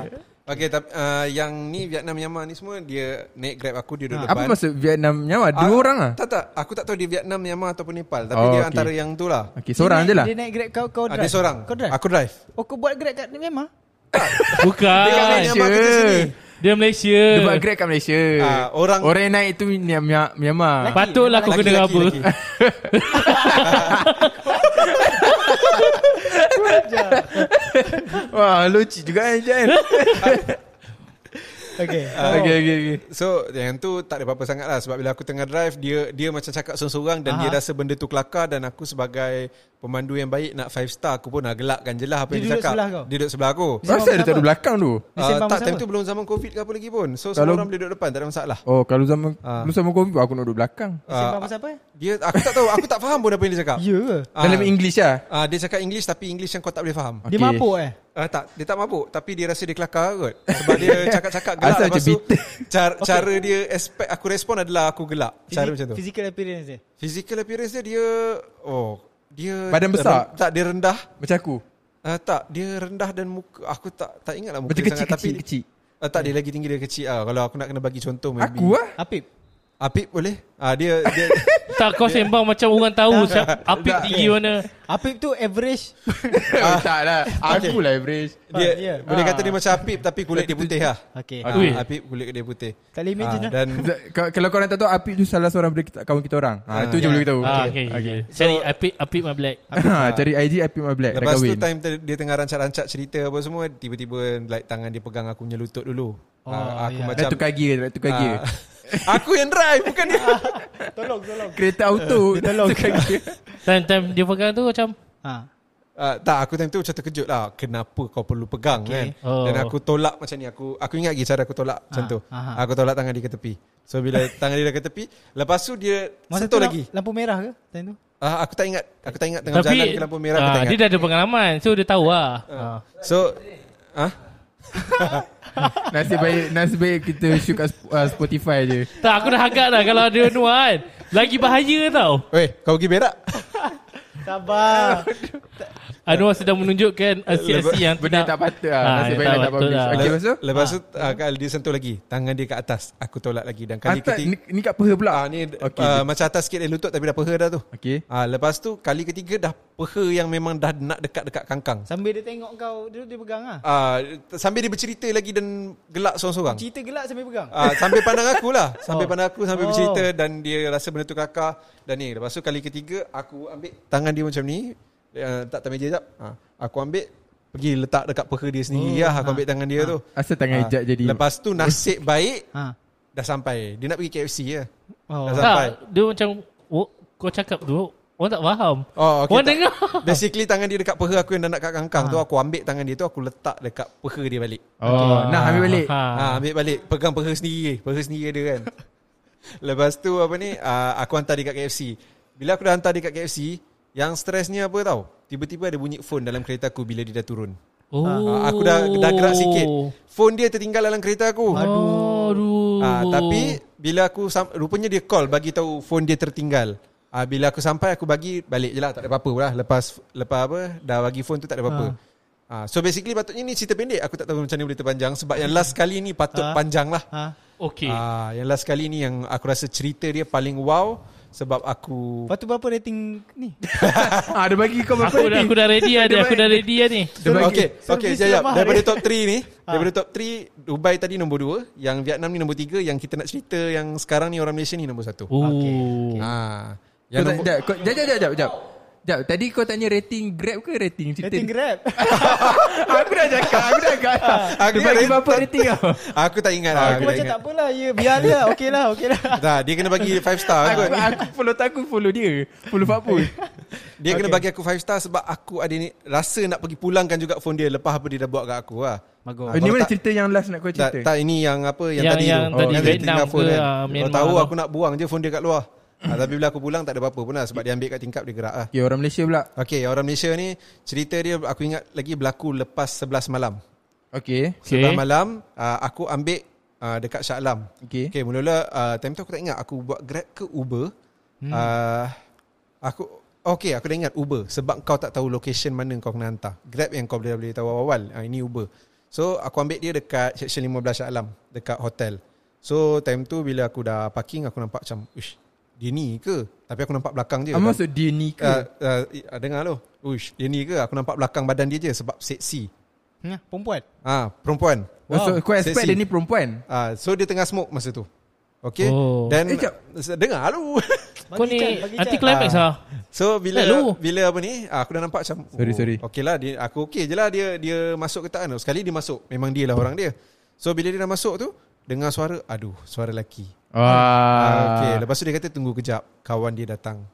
S1: Okay, tapi ah, yang ni Vietnam Myanmar ni semua dia naik Grab aku dia duduk
S3: Ah, Apa
S1: depan.
S3: maksud Vietnam nyawa? Dua
S1: Ah,
S3: orang ah?
S1: Tak tak, aku tak tahu dia Vietnam Myanmar ataupun Nepal, tapi
S3: Oh,
S1: dia
S3: okay.
S1: antara yang tu lah.
S3: Okay, seorang
S4: Dia
S3: je
S4: naik-
S3: lah.
S4: Dia naik grab kau Kau
S1: Ah,
S4: drive
S1: dia seorang.
S4: Kau drive
S1: Aku drive.
S4: Oh kau buat grab kat Myanmar
S1: Dia kat
S2: Bukan.
S1: Myanmar aku
S3: Malaysia.
S1: sini.
S2: Dia Malaysia.
S3: Dia buat grab kat Malaysia.
S1: Ah, orang-
S3: orang yang naik tu Mya- Mya- Myanmar.
S2: Patutlah kau
S1: Laki,
S2: kena
S1: laki,
S2: apa.
S1: laki.
S3: Wah, lucik juga kan Jan.
S4: Okay
S1: Ah.
S4: Oh.
S3: okay, okay,
S1: Oh.
S3: okay.
S1: So yang tu tak ada apa-apa sangat lah Sebab bila aku tengah drive Dia dia macam cakap sorang-sorang Dan dia rasa benda tu kelakar Dan aku sebagai pemandu yang baik Nak 5 star Aku pun nak gelakkan je lah Apa yang
S4: Dia
S1: dia
S4: duduk
S1: cakap
S4: sebelah kau?
S1: Dia duduk sebelah aku
S3: Masa
S4: Dia
S3: dia
S4: sembang
S3: tak ada belakang tu.
S4: Dia
S1: uh,
S4: sembang
S1: Tak
S4: pasal
S1: time
S4: apa?
S1: tu belum zaman covid ke apa lagi pun So semua
S3: Kalau-
S1: orang boleh duduk depan Tak ada masalah
S3: Oh, kalau zaman
S1: Ah.
S3: lu sama COVID aku nak duduk belakang.
S4: Dia Sembang
S1: Ah,
S4: pasal apa eh?
S1: Dia Aku tak tahu Aku tak faham pun apa yang dia cakap
S4: Ya ke?
S1: Ah,
S3: Dalam English lah.
S1: ah, Dia cakap English Tapi English yang kau tak boleh faham
S4: Dia
S3: Okay.
S4: mabuk eh
S1: Ah tak, dia tak mabuk tapi dia rasa dia kelakar kot. Sebab dia cakap-cakap gelak
S3: Asal
S1: lepas
S3: macam
S1: tu
S3: bitter.
S1: cara, cara dia expect aku respon adalah aku gelak. Cara
S4: Physi-
S1: macam tu.
S4: Physical appearance dia
S1: Physical appearance dia dia oh dia
S3: Badan
S1: ren-
S3: besar?
S1: tak dia rendah.
S3: Macam aku.
S1: Uh, tak dia rendah dan muka aku tak tak ingatlah muka
S3: Macam
S1: dia
S3: kecil,
S1: sangat
S3: kecil,
S1: tapi
S3: kecil.
S1: Uh, tak dia lagi tinggi dia kecil ah kalau aku nak kena bagi contoh maybe.
S3: Aku lah.
S4: Apip
S1: Apip boleh? Ah dia dia
S2: Tak kau sembang macam orang tahu siapa apik tinggi mana. Ah,
S4: Apip tu average
S3: tak lah. Aku lah average.
S1: dia
S4: Ah, ya.
S1: boleh kata dia macam Apip tapi kulit dia putih lah.
S4: Okay
S1: Ah,
S2: Ui.
S1: Apip kulit dia putih.
S4: Tak boleh
S1: Ah,
S4: imagine lah.
S1: dan
S3: Kalau- Kalau korang tak tahu Apip tu salah seorang daripada kita, kawan kita orang. Ha, tu je boleh tahu.
S2: Ah, okay, okay. Cari apik apik my black.
S3: Ha, cari IG Apip My Black dah
S1: Lepas tu
S3: kahwin.
S1: time ter- dia tengah rancak-rancak cerita apa semua Tiba-tiba like tangan dia pegang aku punya lutut dulu oh, Aku
S4: ya.
S1: macam
S3: Dah tukar gear, dah tukar gear.
S1: Ah. Aku yang drive bukan dia
S4: Tolong tolong
S3: Kereta auto dah tukar gear.
S2: Time time dia pegang tu macam
S4: Ha
S1: Uh, tak aku time tu macam terkejut lah Kenapa kau perlu pegang okay. kan oh.
S2: Oh. Ah,
S1: Dan aku tolak macam ni Aku aku ingat lagi cara aku tolak ha, macam tu
S4: aha.
S1: Aku tolak tangan dia ke tepi So bila tangan dia dah ke tepi Lepas tu dia
S4: Masa
S1: Sentuh
S4: tu
S1: lagi
S4: lagi. lampu merah ke time tu?
S1: uh, Aku tak ingat Aku tak ingat tengah
S2: Tapi
S1: jalan ke lampu merah Aku
S2: ah,
S1: tak
S2: Dia
S1: ingat
S2: dah ada pengalaman So dia tahu lah ah.
S1: So ah,
S3: Nasib baik Nasib baik kita shoot kat Sp- uh, Spotify je
S2: Tak aku dah agak dah Kalau ada ni kan Lagi bahaya tau
S1: Weh kau pergi berak
S4: Sabar.
S2: Anwar sedang menunjukkan aksi-aksi yang
S3: Benda tak patut lah
S2: Ah,
S3: Nasib
S2: yang
S3: baik
S2: tak
S3: dah tak
S2: patut
S3: publish
S2: lah.
S3: Okay lepas tu Ah.
S1: Lepas tu ha. uh, Dia sentuh lagi Tangan dia ke atas Aku tolak lagi Dan kali
S3: Atas, ni,
S1: ketiga
S3: ni kat peha pula
S1: Kan ah, Ni
S3: Okay.
S1: okay. uh, macam atas sikit dia lutut Tapi dah peha dah tu
S3: Okay
S1: Ah lepas tu kali ketiga dah peha yang memang dah nak dekat-dekat kangkang.
S4: Sambil dia tengok kau, dia, dia pegang ah.
S1: Ah sambil dia bercerita lagi dan gelak seorang-seorang.
S4: Cerita gelak sambil pegang.
S1: Ah sambil pandang aku lah, sambil oh.
S4: Oh.
S1: pandang aku sambil oh.
S4: Oh.
S1: bercerita dan dia rasa benda tu kakak dan ni. Lepas tu kali ketiga aku ambil tangan dia macam ni, uh, tak atas meja jap. Ah aku ambil pergi letak dekat peha dia sendiri oh. lah aku ambil tangan dia tu.
S3: Asal tangan hijab Ah, jadi
S1: ah, Lepas tu nasib baik
S4: Ha.
S1: dah sampai. Dia nak pergi KFC ya.
S4: Oh.
S1: Dah sampai.
S2: Tak Dia macam oh, Kau cakap tu Orang tak faham
S1: Oh, okay,
S2: Orang
S1: tak.
S2: dengar
S1: Basically tangan dia dekat peha aku yang dah nak kat kangkang tu aku ambil tangan dia tu aku letak dekat peha dia balik.
S3: Oh Nak ambil balik
S2: ha.
S1: Ha, ambil balik pegang peha sendiri, peha sendiri dia kan. Lepas tu apa ni, ah, aku hantar dia kat KFC. Bila aku dah hantar dia kat KFC, yang stresnya apa tau? Tiba-tiba ada bunyi phone dalam kereta aku bila dia dah turun.
S2: Oh.
S1: Ah, aku dah dah gerak sikit. Phone dia tertinggal dalam kereta aku.
S2: Aduh
S1: Ah, tapi bila aku sam- rupanya dia call bagi tahu phone dia tertinggal. Ah, bila aku sampai aku bagi balik je lah tak ada apa-apa pula lepas lepas apa dah bagi phone tu tak ada apa-apa. Ah. so basically patutnya ni cerita pendek aku tak tahu macam mana boleh terpanjang sebab yang last kali ni patut panjang lah.
S4: Ha.
S2: Okay
S1: Ah, yang last kali ni yang aku rasa cerita dia paling wow sebab aku
S4: Lepas tu berapa rating ni?
S3: Ah, Dia bagi kau berapa
S2: Aku dah,
S3: rating?
S2: aku dah ready lah dia. Aku dah ready lah ni
S3: Dia bagi
S1: Okey, okey,
S4: servis
S1: jap jap.
S4: lemah dia.
S1: Daripada top 3 ni, daripada top 3 Dubai tadi nombor 2, yang Vietnam ni nombor 3, yang kita nak cerita yang sekarang ni orang Malaysia ni nombor 1.
S2: Oh
S1: Ah.
S3: Kau
S1: Yang
S3: tak,
S1: nombor,
S3: jap, kau, jap, jap, jap, jap, jap. Jap, tadi kau tanya rating Grab ke rating cerita?
S4: Rating Grab.
S3: aku dah cakap, aku dah cakap.
S1: Aku
S3: Ah, Dia
S1: dah
S3: bagi
S1: rating-
S3: berapa rating kau?
S1: aku tak ingat lah.
S4: Aku
S1: Aku tak
S4: macam
S1: ingat.
S4: tak apalah. Ya, biar dia. Okey lah, okey lah.
S1: Tak, dia kena bagi 5 star
S3: Aku,
S1: kot.
S3: aku follow tak aku follow dia. Follow Pak Pul.
S1: Dia kena bagi aku 5 star sebab aku ada ni rasa nak pergi pulangkan juga phone dia lepas apa dia dah buat kat aku lah.
S3: Oh, Ini
S4: Bagus.
S1: kalau
S3: mana
S1: tak-
S3: cerita yang last nak kau
S1: Tak,
S3: cerita? Oh,
S1: tak ini yang apa yang,
S2: Yang-
S1: tadi
S2: yang
S1: tu.
S2: tadi Vietnam
S1: tinggal phone
S2: ke,
S1: kan.
S2: ah,
S1: Kalau
S2: Myanmar
S1: tahu
S2: tu.
S1: aku nak buang je phone dia kat luar. Ah, tapi bila aku pulang tak ada apa-apa pun lah sebab dia ambil kat tingkap dia gerak lah.
S3: Okay, orang Malaysia pula.
S1: Okey, orang Malaysia ni cerita dia aku ingat lagi berlaku lepas 11 malam.
S3: Okay.
S2: Okay
S1: 11 malam ah, aku ambil ah, dekat Shah Alam.
S3: Okay.
S1: Okay, mula-mula uh, time tu aku tak ingat aku buat Grab ke Uber. Hmm. Uh, aku okay, aku dah ingat Uber sebab kau tak tahu location mana kau kena hantar. Grab yang kau boleh boleh tahu awal-awal. Uh, ini Uber. So aku ambil dia dekat section 15 Shah Alam dekat hotel. So time tu bila aku dah parking aku nampak macam ush dia ni ke? Tapi aku nampak belakang je.
S3: Apa Ah, maksud dia ni ke?
S1: uh, uh, eh, dengar lo. Ush, dia ni ke? Aku nampak belakang badan dia je sebab seksi.
S4: Ha, perempuan.
S1: Ah, perempuan.
S3: Maksud kau expect
S1: Seksi.
S3: dia ni perempuan?
S1: Ah, so dia tengah smoke masa tu. Okay
S2: Oh.
S1: Dan
S3: Eh, jap.
S1: dengar lu.
S2: Kau ni
S4: Bagi Chan, bagi Chan.
S2: Anti climax
S1: Ah.
S2: lah
S1: So bila
S2: Eh, lu.
S1: bila apa ni ah, Aku dah nampak macam
S3: Sorry, sorry.
S1: Okay lah dia, Aku okay je lah Dia dia masuk ke tak kan Sekali dia masuk Memang dia lah orang dia So bila dia dah masuk tu Dengar suara Aduh suara lelaki ah. Okay lepas tu dia kata Tunggu kejap Kawan dia datang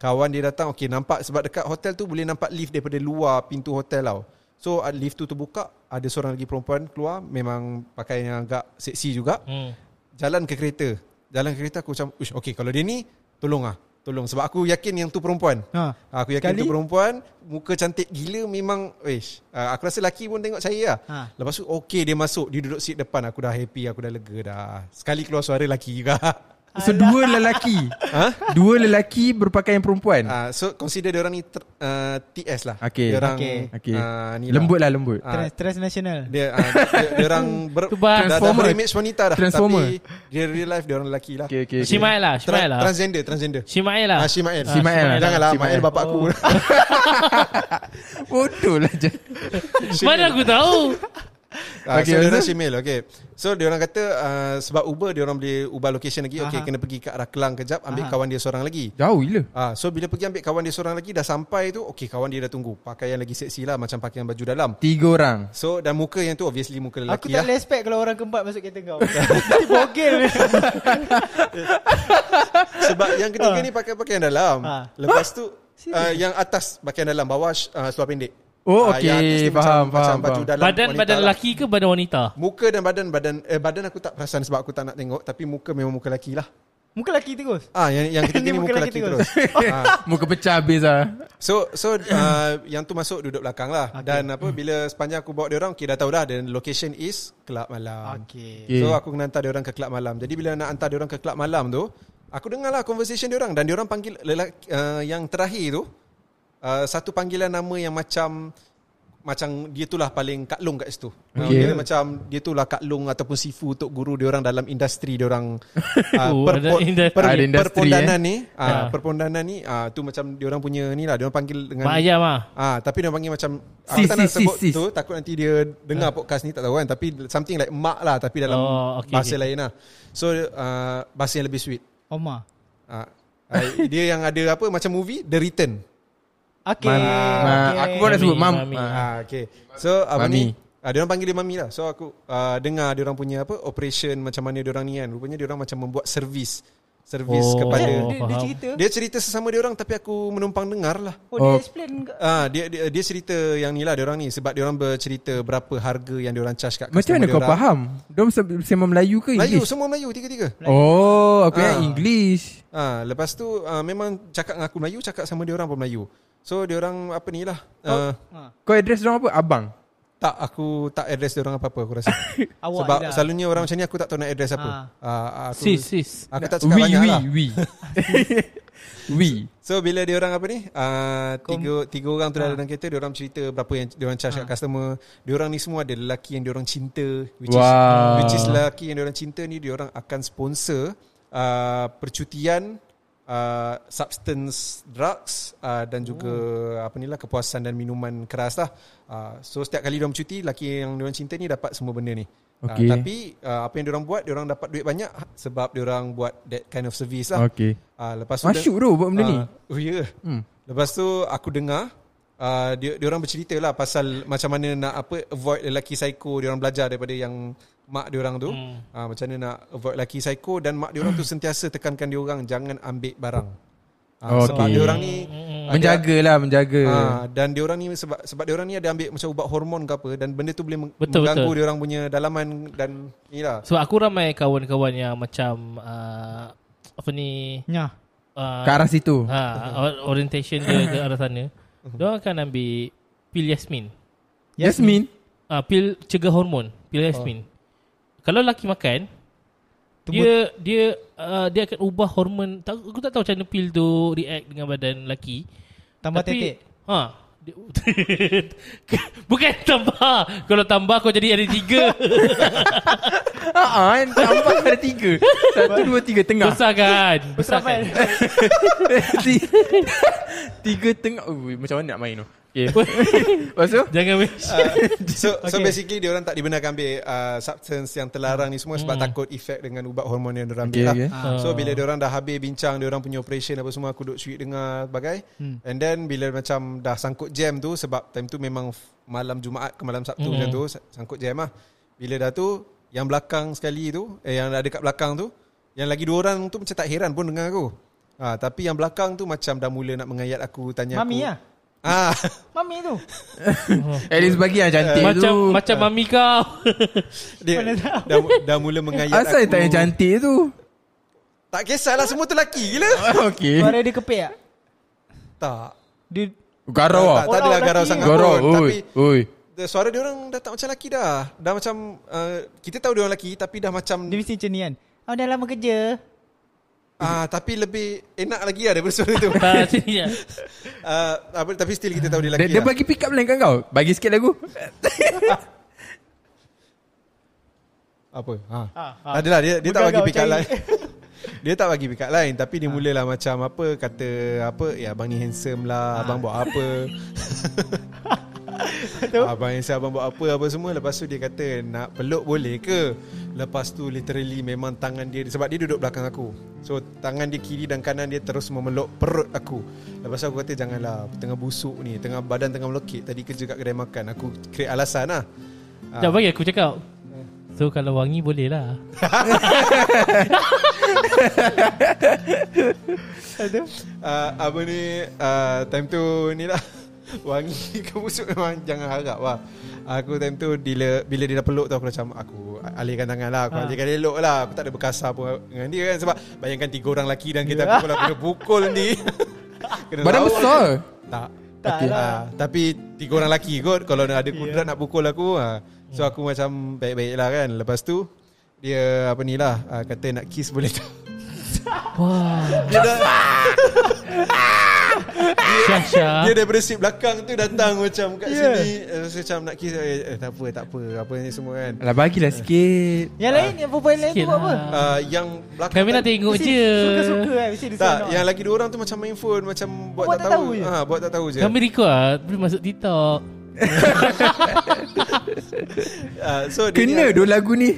S1: Kawan dia datang Okay nampak Sebab dekat hotel tu Boleh nampak lift daripada luar Pintu hotel tau So ah, lift tu terbuka Ada seorang lagi perempuan keluar Memang pakaian yang agak seksi juga
S2: hmm.
S1: jalan ke kereta. Jalan ke kereta aku macam, ush, okay kalau dia ni, tolong ah. Tolong. Sebab aku yakin yang tu perempuan. Ah,
S4: Ha.
S1: Aku yakin
S4: Sekali-
S1: tu perempuan, muka cantik gila memang, wish. Aku rasa lelaki pun tengok saya lah.
S4: Ha.
S1: Lepas tu, okay dia masuk, dia duduk seat depan. Aku dah happy, aku dah lega dah. Sekali keluar suara lelaki juga.
S3: So dua lelaki. Dua lelaki berpakaian perempuan.
S1: Ah, so consider dia orang ni ter, ah, TS lah.
S3: Okay.
S1: Dia orang
S4: Okay.
S3: Okay.
S1: ah, ni
S3: Lembut lah lembut.
S1: Ah,
S4: Trans, transnational.
S1: dia, ah, dia, dia orang ber, dah-
S2: Tu bah.
S1: dah
S3: Transformer.
S1: berimage wanita dah.
S3: Transformer.
S1: Tapi dia real life dia orang lelaki lah.
S3: Okay, okay. okay.
S2: Shimael
S4: Ah,
S2: lah Shimael
S1: Tra-
S2: lah
S1: transgender, transgender.
S2: Shimael lah
S1: Ah, Shimael.
S3: Ah, Shimael.
S1: Janganlah, Mael
S3: Shimael.
S1: bapak
S4: Oh.
S1: aku.
S3: Bodoh lah je.
S2: Mana aku tahu
S1: Ah, okay, so dia
S3: Okay, lepas
S1: orang
S3: tu?
S1: Shimail. Okay. So dia orang kata uh, sebab Uber dia orang boleh ubah location lagi. Okay, kena pergi ke arah Kelang kejap, ambil
S4: Aha.
S1: kawan dia seorang lagi.
S3: Jauh gila.
S1: Ah, so bila pergi ambil kawan dia seorang lagi dah sampai tu, okay kawan dia dah tunggu. Pakaian lagi seksi lah macam pakaian baju dalam.
S3: Tiga orang.
S1: So dan muka yang tu obviously muka
S4: Aku
S1: lelaki
S4: tak
S1: lah.
S4: boleh expect kalau orang keempat masuk kereta kau. Nanti bogel.
S1: Sebab yang ketiga ni pakai pakaian dalam.
S4: Ha.
S1: Lepas tu Uh, yang atas bahagian dalam bawah uh, seluar pendek.
S3: Oh,
S1: Ah, yang
S3: okey.
S1: atas ni
S3: Faham,
S1: macam, macam
S3: faham,
S1: baju
S3: faham.
S1: dalam
S2: Badan
S1: wanita
S2: badan
S1: lah.
S2: lelaki ke badan wanita?
S1: Muka dan badan badan eh, badan aku tak perasan sebab aku tak nak tengok tapi muka memang muka lelaki lah.
S4: Muka lelaki terus.
S1: Ah yang yang kita
S4: Ni
S1: ni
S4: muka
S1: muka
S4: lelaki
S1: lelaki
S4: terus.
S1: terus. ah.
S3: Muka pecah habis lah
S1: So so uh, yang tu masuk duduk belakang lah okay. dan apa bila sepanjang aku bawa dia orang okay, dah tahu dah dan location is kelab malam.
S4: Okey.
S3: Okay.
S1: So aku kena hantar dia orang ke kelab malam. Jadi bila nak hantar dia orang ke kelab malam tu, aku dengarlah conversation dia orang dan dia orang panggil lelaki uh, yang terakhir tu uh, satu panggilan nama yang macam macam dia itulah paling Kak Long kat situ. Okay.
S3: Okay.
S1: Dia macam dia itulah Kak Long ataupun Sifu untuk guru dia orang dalam industri dia orang uh,
S2: Oh, ada
S1: perpo,
S2: industri. eh.
S1: per,
S3: Ada industri,
S1: perpondanan ni, uh,
S2: Ha.
S1: perpondanan ni uh, tu macam dia orang punya ni lah dia orang panggil dengan
S2: Mak ayam ah.
S1: Ah, tapi dia panggil macam aku
S3: Sis,
S1: tak nak
S3: sis,
S1: sebut
S3: sis, sis.
S1: tu takut nanti dia dengar podcast ni tak tahu kan tapi something like mak lah tapi dalam
S2: Ah. Oh,
S1: oh,
S2: okay,
S1: okay, bahasa
S2: okay.
S1: okay. lain lah. So uh, bahasa yang lebih sweet.
S2: Oh,
S4: Omar.
S1: Ah, ah, dia yang ada apa macam movie The Return.
S4: Okey.
S3: Mam. Ah,
S4: okey.
S3: Aku pun nak sebut Mam
S2: Mami.
S3: Ah.
S1: Ah, okay. So apa ni?
S3: Mami.
S1: Ah, dia orang panggil dia mami lah. So aku ah, dengar dia orang punya apa operation macam mana dia orang ni kan. Rupanya dia orang macam membuat servis servis
S2: Oh.
S1: oh. kepada dia,
S4: Dia, dia, dia
S2: faham.
S4: cerita.
S1: dia cerita sesama dia orang tapi aku menumpang dengar lah.
S4: oh, dia
S3: Oh.
S4: explain ke?
S1: Ah dia, dia dia cerita yang ni lah dia orang ni sebab dia orang bercerita berapa harga yang dia orang charge kat
S3: Macam mana
S1: customer
S3: kau
S1: diorang.
S3: faham Diorang se- bersama Melayu ke
S1: Melayu
S3: English
S1: semua Melayu tiga-tiga.
S3: Oh Aku
S1: Ah.
S3: yang English
S1: Ah lepas tu ah, memang cakap dengan aku Melayu cakap sama dia orang pun Melayu. So dia orang apa ni lah ah,
S4: Ha.
S3: Kau address diorang apa Abang
S1: tak aku tak address dia orang apa-apa aku rasa.
S4: Awak
S1: sebab
S4: je lah.
S1: selalunya orang macam ni aku tak tahu nak address apa.
S4: Ah.
S1: Ah, aku
S2: Sis sis.
S1: aku tak cakap
S3: we,
S1: banyak
S3: we,
S1: lah.
S3: We We
S1: So bila dia orang apa ni uh, tiga tiga orang tu dah dalam kereta dia orang cerita berapa yang dia orang charge kat customer. Dia orang ni semua ada lelaki yang dia orang cinta which
S3: Wow.
S1: is which is lelaki yang dia orang cinta ni dia orang akan sponsor uh, percutian uh, substance drugs uh, dan juga apa ni lah kepuasan dan minuman keras lah. Uh, so setiap kali dia orang cuti lelaki yang dia orang cinta ni dapat semua benda ni.
S3: Okay.
S1: Uh, tapi uh, apa yang dia orang buat dia orang dapat duit banyak sebab dia orang buat that kind of service lah.
S3: Okay
S1: Uh, lepas tu
S3: Masyuk tu buat benda ni
S1: Ah, Oh ya. Yeah. Hmm.
S3: Hmm.
S1: Lepas tu aku dengar uh, dia dia orang bercerita lah pasal macam mana nak apa avoid lelaki psycho dia orang belajar daripada yang mak dia orang tu. Hmm. Uh, macam mana nak avoid lelaki psycho dan mak dia orang tu sentiasa tekankan dia orang jangan ambil barang. Uh, sebab
S3: Okay.
S1: dia orang ni
S2: Hmm.
S3: Menjagalah Menjaga
S1: Ah, dan dia orang ni sebab sebab dia orang ni ada ambil macam ubat hormon ke apa dan benda tu boleh meng-
S2: Betul,
S1: mengganggu
S2: betul.
S1: dia orang punya dalaman dan lah. inilah.
S2: Sebab aku ramai kawan-kawan yang macam uh, apa ni
S4: Nyah.
S2: uh,
S1: Ah.
S3: Ke arah situ
S2: ha, or- orientation dia ke arah sana. Dia akan ambil pil Yasmin.
S3: Yasmin
S2: Ah, pil cegah hormon, pil Yasmin. Kalau lelaki makan dia dia uh, dia akan ubah hormon. Tak, aku tak tahu macam mana pil tu react dengan badan lelaki.
S4: Tambah tetek.
S2: Ha. dia- Bukan tambah. Kalau tambah kau jadi ada tiga.
S3: Haa Ah, Nampak ada tiga Satu dua tiga tengah
S2: Besar kan? Besar kan?
S3: Ti- Tiga tengah Ui, Macam mana nak main tu Okay Lepas tu
S2: Jangan wish.
S1: So okay. so
S2: Okay.
S1: basically dia orang tak dibenarkan ambil uh, substance yang terlarang ni semua
S4: Hmm.
S1: sebab takut efek dengan ubat hormon yang dia orang ambil
S3: Okay,
S1: lah.
S3: okay.
S1: Uh. So
S4: Oh.
S1: bila dia orang dah habis bincang dia orang punya operation apa semua aku duduk cuit dengar bagai. Hmm. And then bila macam dah sangkut jam tu sebab time tu memang f- malam Jumaat ke malam Sabtu hmm. macam tu sa- sangkut jam lah. Bila dah tu yang belakang sekali tu eh yang ada kat belakang tu yang lagi dua orang tu macam tak heran pun dengar aku. Ha, tapi yang belakang tu macam dah mula nak mengayat aku tanya aku.
S4: Mami lah.
S1: Ah.
S4: Mami tu.
S3: At least bagi yang cantik
S2: Macam
S3: tu
S2: macam mami kau.
S1: Dia
S4: Mana tahu.
S1: dah, dah mula mengayat
S3: Asal
S1: aku.
S3: tak yang cantik tu
S1: Tak kisahlah semua tu lelaki gila.
S6: Eh.
S3: Okay
S4: Suara dia kepek tak?
S1: tak.
S4: Dia
S3: Garau
S1: tak,
S3: lah
S1: tak, tak adalah
S4: Orang
S1: garau
S4: lelaki.
S1: sangat
S3: Garau
S1: pun. Tapi
S3: Ui Ui
S1: the suara dia orang dah tak macam lelaki dah. Dah macam uh, kita tahu dia orang lelaki tapi dah macam
S4: dia mesti macam ni kan. Oh dah lama kerja.
S1: ah tapi lebih enak lagi lah daripada suara tu.
S2: tak sini ya.
S1: uh, apa, tapi still kita tahu dia
S3: Dia,
S1: lelaki.
S3: dia
S1: lah.
S3: bagi pick up lain kan kau Bagi sikit lagu
S1: apa? Ha.
S4: Ha, ha.
S1: Adalah dia dia tak bagi
S4: Bukan kau
S1: pick up
S4: cari. Ha.
S1: lain. dia tak bagi pick up lain tapi dia mulalah macam apa kata apa ya abang ni handsome
S4: Ha.
S1: lah, abang buat apa. abang handsome abang buat apa apa semua lepas tu dia kata nak peluk boleh ke? Lepas tu literally memang tangan dia sebab dia duduk belakang aku. So tangan dia kiri dan kanan dia terus memeluk perut aku. Lepas tu aku kata janganlah tengah busuk ni, tengah badan tengah melekit tadi kerja kat kedai makan. Aku create alasan lah.
S2: Jangan bagi aku cakap. So kalau wangi boleh lah.
S4: Aduh.
S1: uh, Apa ni uh, Time tu ni lah Wangi ke busuk memang Jangan harap lah Aku time tu bila, bila dia dah peluk tu Aku macam Aku alihkan tangan lah Aku
S4: Ha.
S1: alihkan elok lah Aku tak ada berkasar pun Dengan dia kan Sebab bayangkan tiga orang lelaki Dan
S4: Ya.
S1: kita aku kalau kena pukul ni kena
S3: Badan
S1: lawan.
S3: besar
S1: Tak
S4: Tak
S1: okay.
S4: lah.
S1: ha,
S4: Ya.
S1: Tapi tiga orang lelaki kot Kalau ada kudrat yeah. nak pukul aku ha. So aku macam baik-baik lah kan Lepas tu Dia apa ni lah ha, Kata nak kiss boleh tak
S6: Wah,
S1: Dia dah
S6: Syah Syah.
S1: Dia daripada seat belakang tu datang macam kat yeah.
S4: Ah. Yeah.
S1: sini eh, Rasa macam nak kiss eh, eh, tak apa tak apa apa ni semua kan.
S3: Alah Lah, bagilah sikit
S4: Yang lain yang perempuan lain tu
S6: Sikit
S4: buat apa?
S6: lah.
S1: Uh, yang belakang
S6: Kami nak
S1: tadi-
S6: tengok
S4: Mesti
S6: je.
S4: Suka-suka kan Mesti dia
S1: tak
S4: seronok.
S1: yang lagi dua orang tu macam main phone macam buat,
S4: Buat
S1: tak,
S4: tak
S1: tahu.
S4: tahu je.
S1: Ha buat tak tahu je.
S6: Kami record lah. Boleh masuk TikTok.
S1: Uh, so dia ni-
S3: Kena dua lagu ni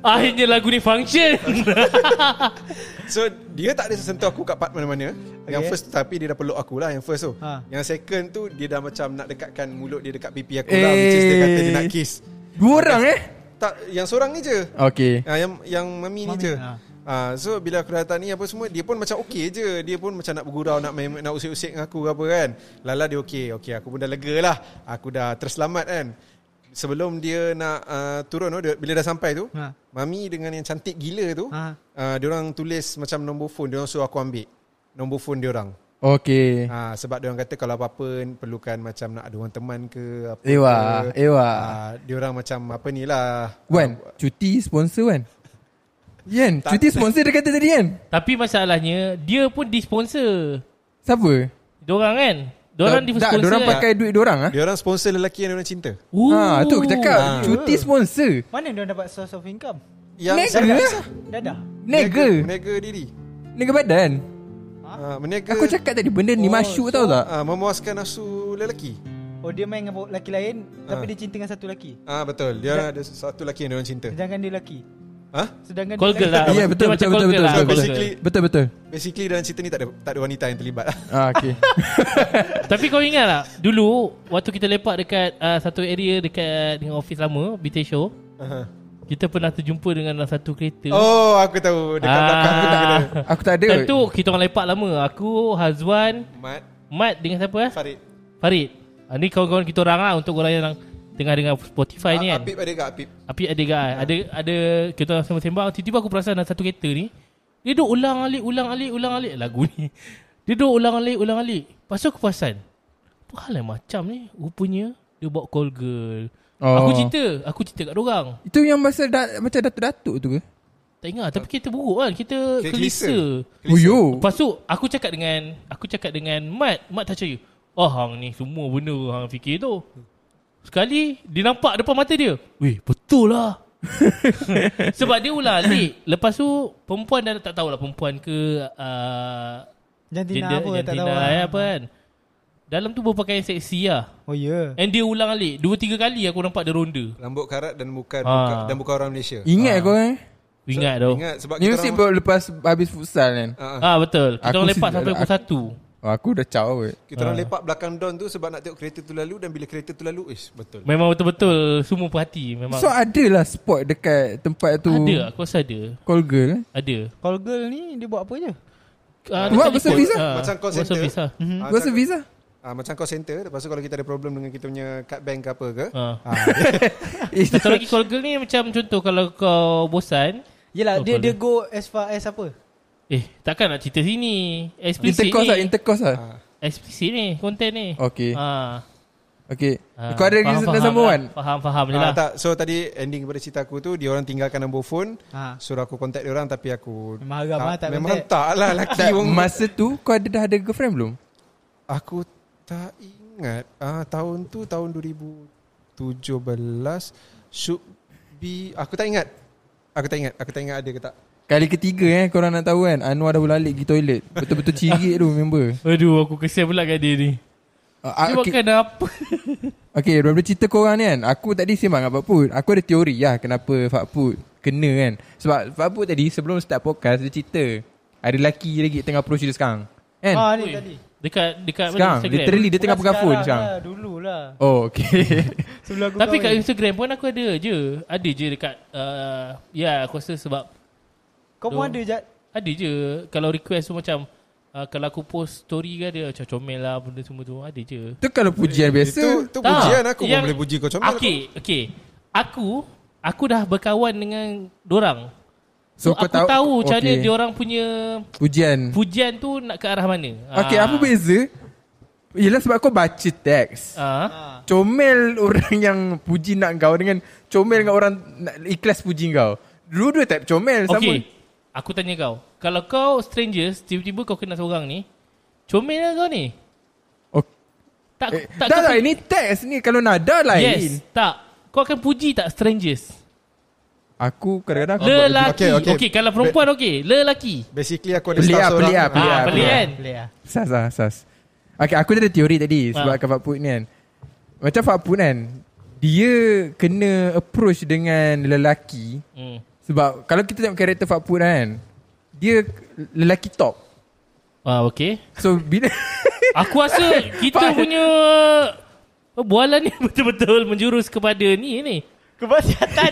S6: Akhirnya lagu ni function.
S1: So dia tak ada sentuh aku kat part mana-mana. Okay. Yang
S4: Okay.
S1: first tapi dia dah peluk aku lah yang first tu.
S4: Ha.
S1: Yang second tu dia dah macam nak dekatkan mulut dia dekat pipi aku lah which is dia kata dia nak
S3: Eh.
S1: kiss.
S3: Dua orang eh
S1: Tak yang seorang ni je.
S3: Okay
S1: Ah, yang yang mami, ni
S4: Mami,
S1: je.
S4: ah.
S1: Ah, so bila aku datang ni apa semua dia pun macam okey je. Dia pun macam nak bergurau, nak main, nak usik-usik dengan aku ke apa kan. Lala dia okey. Okey, aku pun dah lega lah. Aku dah terselamat kan. Sebelum dia nak uh, turun tu, dia, bila dah sampai tu,
S4: Ha.
S1: mami dengan yang cantik gila tu, ha.
S4: Ha.
S1: uh, dia orang tulis macam nombor phone, dia orang suruh aku ambil nombor phone dia orang.
S3: Okay
S1: Ha, sebab dia orang kata kalau apa-apa perlukan macam nak ada orang teman ke apa.
S3: Ewa
S1: ke.
S3: Ewa
S1: Ah, dia orang macam apa ni lah.
S3: Wan Cuti sponsor Wan Yan Cuti sponsor dia kata tadi kan
S6: Tapi masalahnya, dia pun disponsor.
S3: Siapa
S6: Diorang kan? Diorang
S3: Tak,
S6: disponsor.
S3: Tak Diorang
S6: kan?
S3: pakai duit diorang ah.
S1: Dia orang sponsor lelaki yang dia orang cinta.
S6: Ooh.
S3: Ha tu aku cakap Cuti sponsor
S4: Mana dia dapat source of income?
S1: Yang
S3: Nega
S4: Dadah.
S3: Nega
S1: Meniaga diri
S3: Nega badan
S1: ha? Meniaga
S3: Aku cakap tadi Benda ni masyuk tau tak
S1: ha, Memuaskan nafsu lelaki
S4: Oh dia main dengan lelaki lain
S6: Ha.
S4: tapi dia cinta dengan satu lelaki.
S1: Ah ha, betul. Dia orang ada satu lelaki yang dia orang cinta.
S4: Sedangkan dia lelaki.
S1: Ah ha?
S4: Sedangkan
S6: Call
S4: dia
S6: girl lah.
S3: Ya yeah,
S6: Dia
S3: betul
S6: macam
S3: betul
S6: call
S3: betul
S6: girl
S3: betul
S6: lah.
S3: betul,
S1: So,
S3: betul.
S1: basically-
S3: Betul betul.
S1: basically dalam cerita ni tak ada tak ada wanita yang terlibat lah.
S3: Ah okey.
S6: Tapi kau ingat tak Dulu Waktu kita lepak dekat
S2: ah,
S6: uh, Satu area dekat Dengan office lama BT Show
S1: Aha.
S6: Kita pernah terjumpa Dengan dalam satu kereta
S1: Oh, aku tahu dekat
S6: Ah.
S1: belakang aku tak ada.
S3: Aku tak ada.
S6: Time tu kita orang lepak lama Aku Hazwan
S1: Mat
S6: Mat dengan siapa eh?
S1: Farid.
S6: Farid ha, Ni kawan-kawan kita orang lah Untuk orang yang Tengah dengar Spotify ni
S1: Ah,
S6: kan
S1: Apip ada ke Apip?
S6: Api ada kan Ada ada Kita orang sembang-sembang Tiba-tiba aku perasan Dalam satu kereta ni Dia duk ulang alik Ulang alik Ulang alik Lagu ni Dia duk ulang alik Ulang alik Lepas tu aku perasan Apa hal yang macam ni Rupanya Dia bawa call girl oh.
S3: Oh.
S6: Aku cerita Aku cerita kat orang
S3: Itu yang pasal da, macam datuk-datuk tu ke?
S6: Tak ingat Tapi kita buruk kan Kita
S1: Kita
S6: kelisa.
S3: Uyo.
S6: Lepas tu Aku cakap dengan Aku cakap dengan Mat Mat tak percaya Oh hang ni semua benda Hang fikir tu Sekali Dia nampak depan mata dia Weh betul lah Sebab dia ulang alik Lepas tu Perempuan dah tak tahulah Perempuan ke uh,
S4: jantina
S6: gender-
S4: apa tak
S6: jantina eh,
S4: tahu. lah.
S6: apa kan Dalam tu berpakaian seksi lah
S4: Oh ya. Yeah.
S6: And dia ulang alik Dua tiga kali aku nampak dia ronda
S1: Rambut karat dan bukan
S6: Ah.
S1: buka, dan bukan orang Malaysia.
S3: Ingat kau eh?
S6: Ingat tu
S1: Ingat sebab
S3: Ni
S1: kita
S3: mesti
S1: orang
S3: baru lepas habis futsal kan.
S1: Ah, ah.
S6: Ah betul Kita
S3: Aku
S6: orang lepak
S3: sini-
S6: sampai pukul
S3: aku-
S6: satu
S3: Oh, aku dah caw kot.
S1: kita orang lepak belakang Don tu sebab nak tengok kereta tu lalu dan bila kereta tu lalu, ish betul.
S6: Memang betul-betul Semua perhati Memang
S3: So adalah spot dekat tempat tu.
S6: Ada aku rasa ada
S3: Call girl. eh?
S6: Ada
S4: Call girl ni dia buat apa je?
S6: uh,
S3: Buat berservis lah.
S1: Macam call center.
S6: Service lah
S1: Ah,
S3: Mm-hmm. Gua rasa
S1: macam-
S3: visa.
S1: ah, macam call center, lepas tu kalau kita ada problem dengan kita punya card bank ke apa ke,
S6: Ah.
S1: ah,
S6: Satu lagi call girl ni Macam contoh Kalau kau bosan Oh,
S4: Yelah dia
S6: call
S4: dia go as far as apa?
S6: Eh takkan nak cerita sini Explicit
S3: Intercourse lah,
S6: ni
S3: intercourse lah.
S6: Explicit ni Konten ni
S3: Okey.
S6: Ah,
S3: Okay.
S6: ah,
S3: Kau ada reason nak sambung kan?
S6: Faham faham
S1: Ah,
S6: je lah
S1: tak. So tadi ending pada cerita aku tu dia orang tinggalkan nombor phone,
S4: Ha.
S1: suruh aku contact dia orang tapi aku
S4: Memang haram lah, tak
S1: Memang
S4: contact.
S1: tak lah laki wong.
S3: Masa tu kau ada dah ada girlfriend belum?
S1: Aku tak ingat. Ah tahun tu tahun 2017 should be aku tak ingat. Aku tak ingat. Aku tak ingat ada ke tak.
S3: Kali ketiga eh korang nak tahu kan Anwar dah bolalik pergi toilet Betul-betul cirit tu member
S6: Aduh aku kesian pula kat dia ni
S3: Ah, ah,
S6: Dia
S3: okay.
S6: makan apa
S3: Okay daripada cerita korang ni kan Aku tadi sembang dengan Pak Put Aku ada teori lah Kenapa Pak Put Kena kan Sebab Pak Put tadi Sebelum start podcast Dia cerita Ada lelaki lagi Tengah approach dia sekarang Kan
S4: Ah
S6: Ui,
S4: ni tadi.
S6: Dekat Dekat mana,
S3: Sekarang Literally dia tengah
S4: Bukan
S3: pegang phone
S4: sekarang
S3: sekarang
S4: Lah, dululah.
S3: Oh okay
S4: Sebelum aku
S6: Tapi kat
S4: kahwin.
S6: Instagram pun aku ada je Ada je dekat uh, Ya aku rasa sebab
S4: Kau pun
S2: Doh.
S4: ada Jad
S2: Ada je Kalau request tu macam uh, Kalau aku post story ke dia Macam comel lah Benda semua tu Ada je
S3: Itu kalau pujian biasa
S1: Itu, itu pujian aku yang,
S2: yang-
S1: boleh puji kau comel
S2: Okay okay Aku Aku dah berkawan dengan Dorang So,
S3: So,
S2: so
S3: kau
S2: aku tahu,
S3: tahu-
S2: tahu macam mana
S3: okay.
S2: diorang punya
S3: Pujian
S2: Pujian tu nak ke arah mana
S3: Okay
S2: Ah.
S3: apa beza Yelah sebab kau baca teks
S2: Ah.
S3: Comel orang yang puji nak kau Dengan comel dengan orang nak ikhlas puji kau Dua-dua type comel sama
S2: Okay Aku tanya kau Kalau kau strangers Tiba-tiba kau kenal seorang ni Comel lah kau ni
S3: okay.
S2: Tak
S3: Eh,
S2: tak,
S3: tak, tak,
S2: kau pu-
S3: ini teks ni Kalau nada
S2: Yes
S3: lain
S2: Tak Kau akan puji tak strangers
S3: Aku kadang-kadang aku buat
S2: Lelaki okay,
S1: Okay,
S2: okay.
S1: okay.
S2: okay kalau perempuan okey Lelaki
S1: Basically aku ada
S3: Pelik
S1: staff
S3: lah,
S1: seorang
S3: pelik
S1: Ah,
S3: lah, pelik lah,
S2: Ah, pelik
S3: pelik lah.
S2: kan
S4: Boleh lah
S3: Sas lah Sas Okay aku ada teori tadi
S2: Ha.
S3: Sebab kat Fakput ni kan Macam Fakput kan Dia kena approach dengan lelaki
S2: hmm.
S3: Sebab kalau kita tengok karakter Fakput kan Dia lelaki top
S2: Ah, okay
S3: So bila
S2: Aku rasa Kita
S3: Faham.
S2: punya Perbualan ni betul-betul menjurus kepada ni ni
S4: Kemaksiatan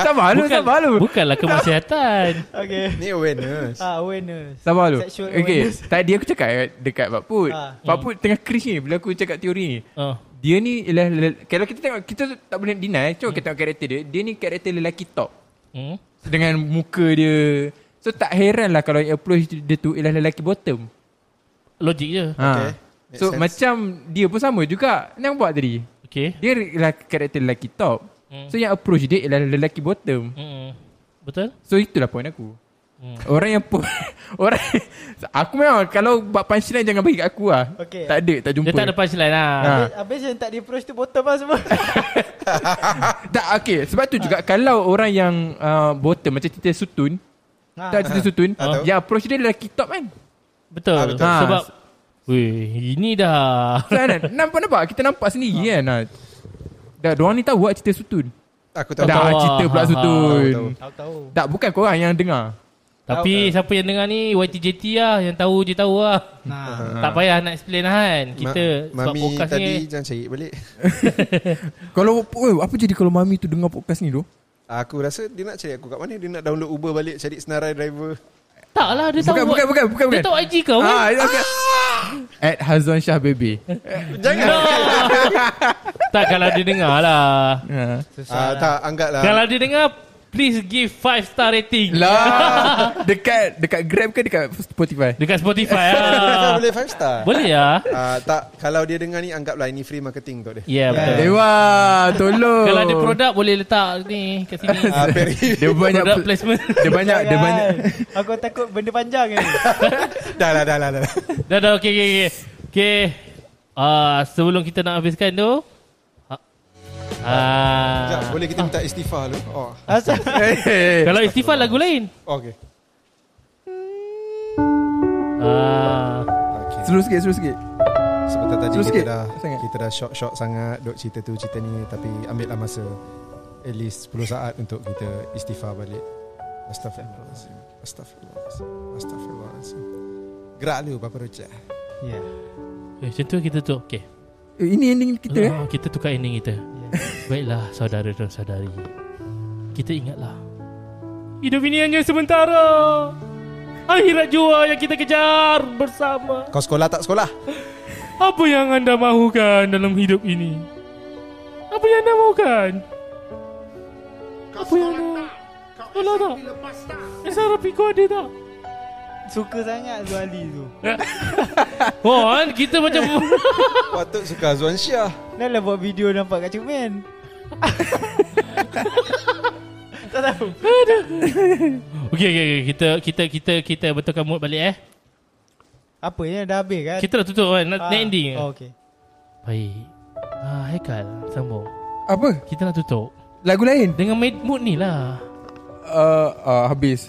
S3: Tak malu Tak malu
S2: Bukanlah kemaksiatan
S4: Okay
S1: Ni awareness
S4: Ah, awareness
S3: Sabar dulu
S4: Sexual
S3: Okay
S4: awareness
S3: Tadi aku cakap Dekat Fakput
S4: Ha.
S3: Fakput tengah cringe ni Bila aku cakap teori ni
S2: oh.
S6: Ah,
S3: Dia ni ialah lel- Kalau kita tengok Kita tak boleh deny Cuma kita tengok karakter dia Dia ni karakter lelaki top
S2: hmm.
S3: Dengan muka dia So tak heran lah Kalau approach dia tu Ialah lelaki bottom
S2: Logik je
S3: ha.
S1: Makes sense.
S3: So macam Dia pun sama juga Nampak tadi
S2: Okay
S3: Dia ialah karakter lelaki top
S2: Hmm.
S3: So yang approach dia Ialah lelaki bottom
S2: hmm. Betul
S3: So itulah point aku
S2: Hmm.
S3: Orang yang po- Orang Aku memang Kalau buat punchline Jangan bagi kat aku lah
S4: Okay.
S3: Tak ada Tak jumpa
S2: Dia tak ada punchline lah
S3: Ha.
S4: Habis- Habis yang tak di-approach tu Bottom lah semua
S3: Tak okay Sebab tu
S2: Ah.
S3: juga Kalau orang yang uh, Bottom Macam cerita sutun
S4: Ah.
S3: Tak cerita sutun
S1: Ah, tahu.
S3: Yang approach dia lelaki top kan
S2: Betul,
S1: Ah,
S2: betul.
S1: betul.
S3: Ha.
S2: Sebab Weh ini dah
S3: Betul kan? nampak nampak kita nampak sendiri
S2: Ah.
S3: kan. Ha. Dah diorang ni tahu ah cerita sutun.
S1: Aku tahu
S3: Dah
S2: tahu ah.
S3: cerita pula
S2: Ha, ha.
S3: sutun.
S1: Tahu,
S4: Tahu tahu
S3: Tak bukan korang yang dengar.
S2: Tapi siapa yang dengar ni YTJT lah Yang tahu je tahu lah
S4: Nah
S3: Ah.
S2: Tak payah nak explain lah kan Kita
S1: Ma-
S2: sebab
S1: Mami
S2: podcast
S1: tadi
S2: ni
S1: jangan cari balik
S3: Kalau oh, apa jadi kalau mami tu dengar podcast ni doh?
S1: Aku rasa dia nak cari aku kat mana Dia nak download Uber balik Cari senarai driver
S2: Tak lah dia tahu
S3: Bukan bukan bukan bukan
S2: Dia
S3: bukan.
S2: tahu IG kau kan
S3: Ah, okay. At Hazwan Shah Baby.
S1: Jangan
S2: Tak kalau dia dengar lah
S3: Ha.
S1: ah, Tak anggap lah
S2: Kalau dia dengar Please give 5 star rating
S3: Lah dekat dekat Grab ke dekat Spotify?
S2: Dekat Spotify
S1: Kalau
S2: lah
S1: boleh 5 star
S2: Boleh lah
S1: Ah, Tak Kalau dia dengar ni Anggaplah ini free marketing untuk dia
S2: Ya yeah, betul
S3: Dewa, tolong.
S2: Kalau ada produk boleh letak ni kat sini
S1: Ah, Perry
S3: dia banyak
S2: Produk placement
S3: dia banyak Ya, dia
S4: Jangan.
S3: banyak
S4: Kan? Aku takut benda panjang kan. ni
S1: Dah lah dah lah dah lah
S2: Dah dah okey okey okey. Okey. Ah sebelum kita nak habiskan tu ah,
S1: Sekejap,
S2: Ah.
S1: Boleh kita minta istighfar dulu Oh
S4: Asal
S3: Hey.
S2: Kalau istighfar lagu lain.
S1: Okay
S2: Ah.
S1: Okay
S3: Slow sikit, slow sikit.
S1: Sebentar tadi
S3: Terus
S1: kita
S3: sikit.
S1: dah
S3: Sangat.
S1: Kita dah shock-shock sangat Duk cerita tu cerita ni Tapi ambillah masa At least 10 saat Untuk kita istighfar balik Astaghfirullahaladzim Astaghfirullahaladzim Astaghfirullahaladzim Gerak dulu Bapa Rojak
S4: yeah.
S2: Eh, macam tu kita tu. Okey.
S3: Eh, Ini ending kita eh.
S2: Ah, kita tukar ending kita. Baiklah saudara dan saudari. Kita ingatlah. Hidup ini hanya sementara. Akhirat jua yang kita kejar bersama.
S1: Kau sekolah tak sekolah?
S2: Apa yang anda mahukan dalam hidup ini? Apa yang anda mahukan? Apa yang anda... Tolong tak? SRP kau ada tak?
S4: Suka sangat Zuali tu
S2: Oh, kan? kita macam...
S1: Patut suka Azwan Syah
S4: Dah lah buat video nampak kat cermin Tak tahu
S2: okay, okay, okay, kita kita kita kita betulkan mood balik eh.
S4: Apa yang dah habis kan
S2: Kita dah tutup kan, nak, nak
S4: Ah.
S2: ending. ke?
S4: oh, okay.
S2: Baik. Ah, Haikal, sambung.
S3: Apa?
S2: Kita nak tutup.
S3: Lagu lain?
S2: Dengan mid- mood ni lah.
S3: Uh,
S2: ah,
S3: uh, habis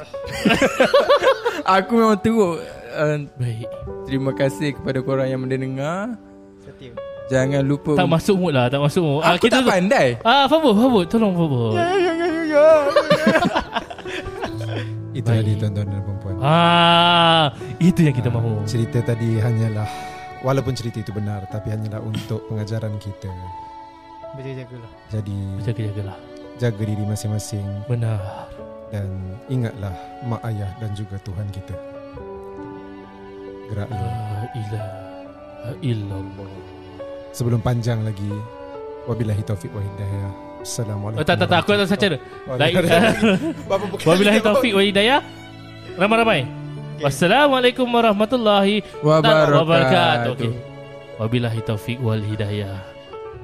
S3: Aku memang teruk uh,
S2: Baik.
S3: Terima kasih kepada korang yang mendengar
S4: Setiu
S3: Jangan lupa
S2: Tak masuk mood lah, tak masuk mood. Ah,
S3: Aku tak
S2: tutup.
S3: pandai
S2: Ah, Fabul, Fabul, tolong Fabul.
S1: Itu tadi
S2: Baik.
S1: tuan-tuan dan perempuan
S2: Ah, itu yang kita mahu.
S1: Cerita tadi hanyalah Walaupun cerita itu benar Tapi hanyalah untuk pengajaran kita
S4: Berjaga-jagalah
S1: Jadi
S2: Jaga-jagalah.
S1: jaga diri masing-masing
S2: Benar.
S1: Dan ingatlah mak ayah dan juga Tuhan kita. Gerak lu.
S2: La ilaha illallah.
S1: Sebelum panjang lagi. Wabillahi taufiq wa hidayah. Assalamualaikum.
S2: Oh, tak, tak, tak. Aku tak saja. Lain. Wabillahi
S1: Wabillahi
S2: taufiq wa hidayah. Ramai-ramai. Ya. Wassalamualaikum warahmatullahi wabarakatuh. Okay. Wabillahi taufiq wal hidayah.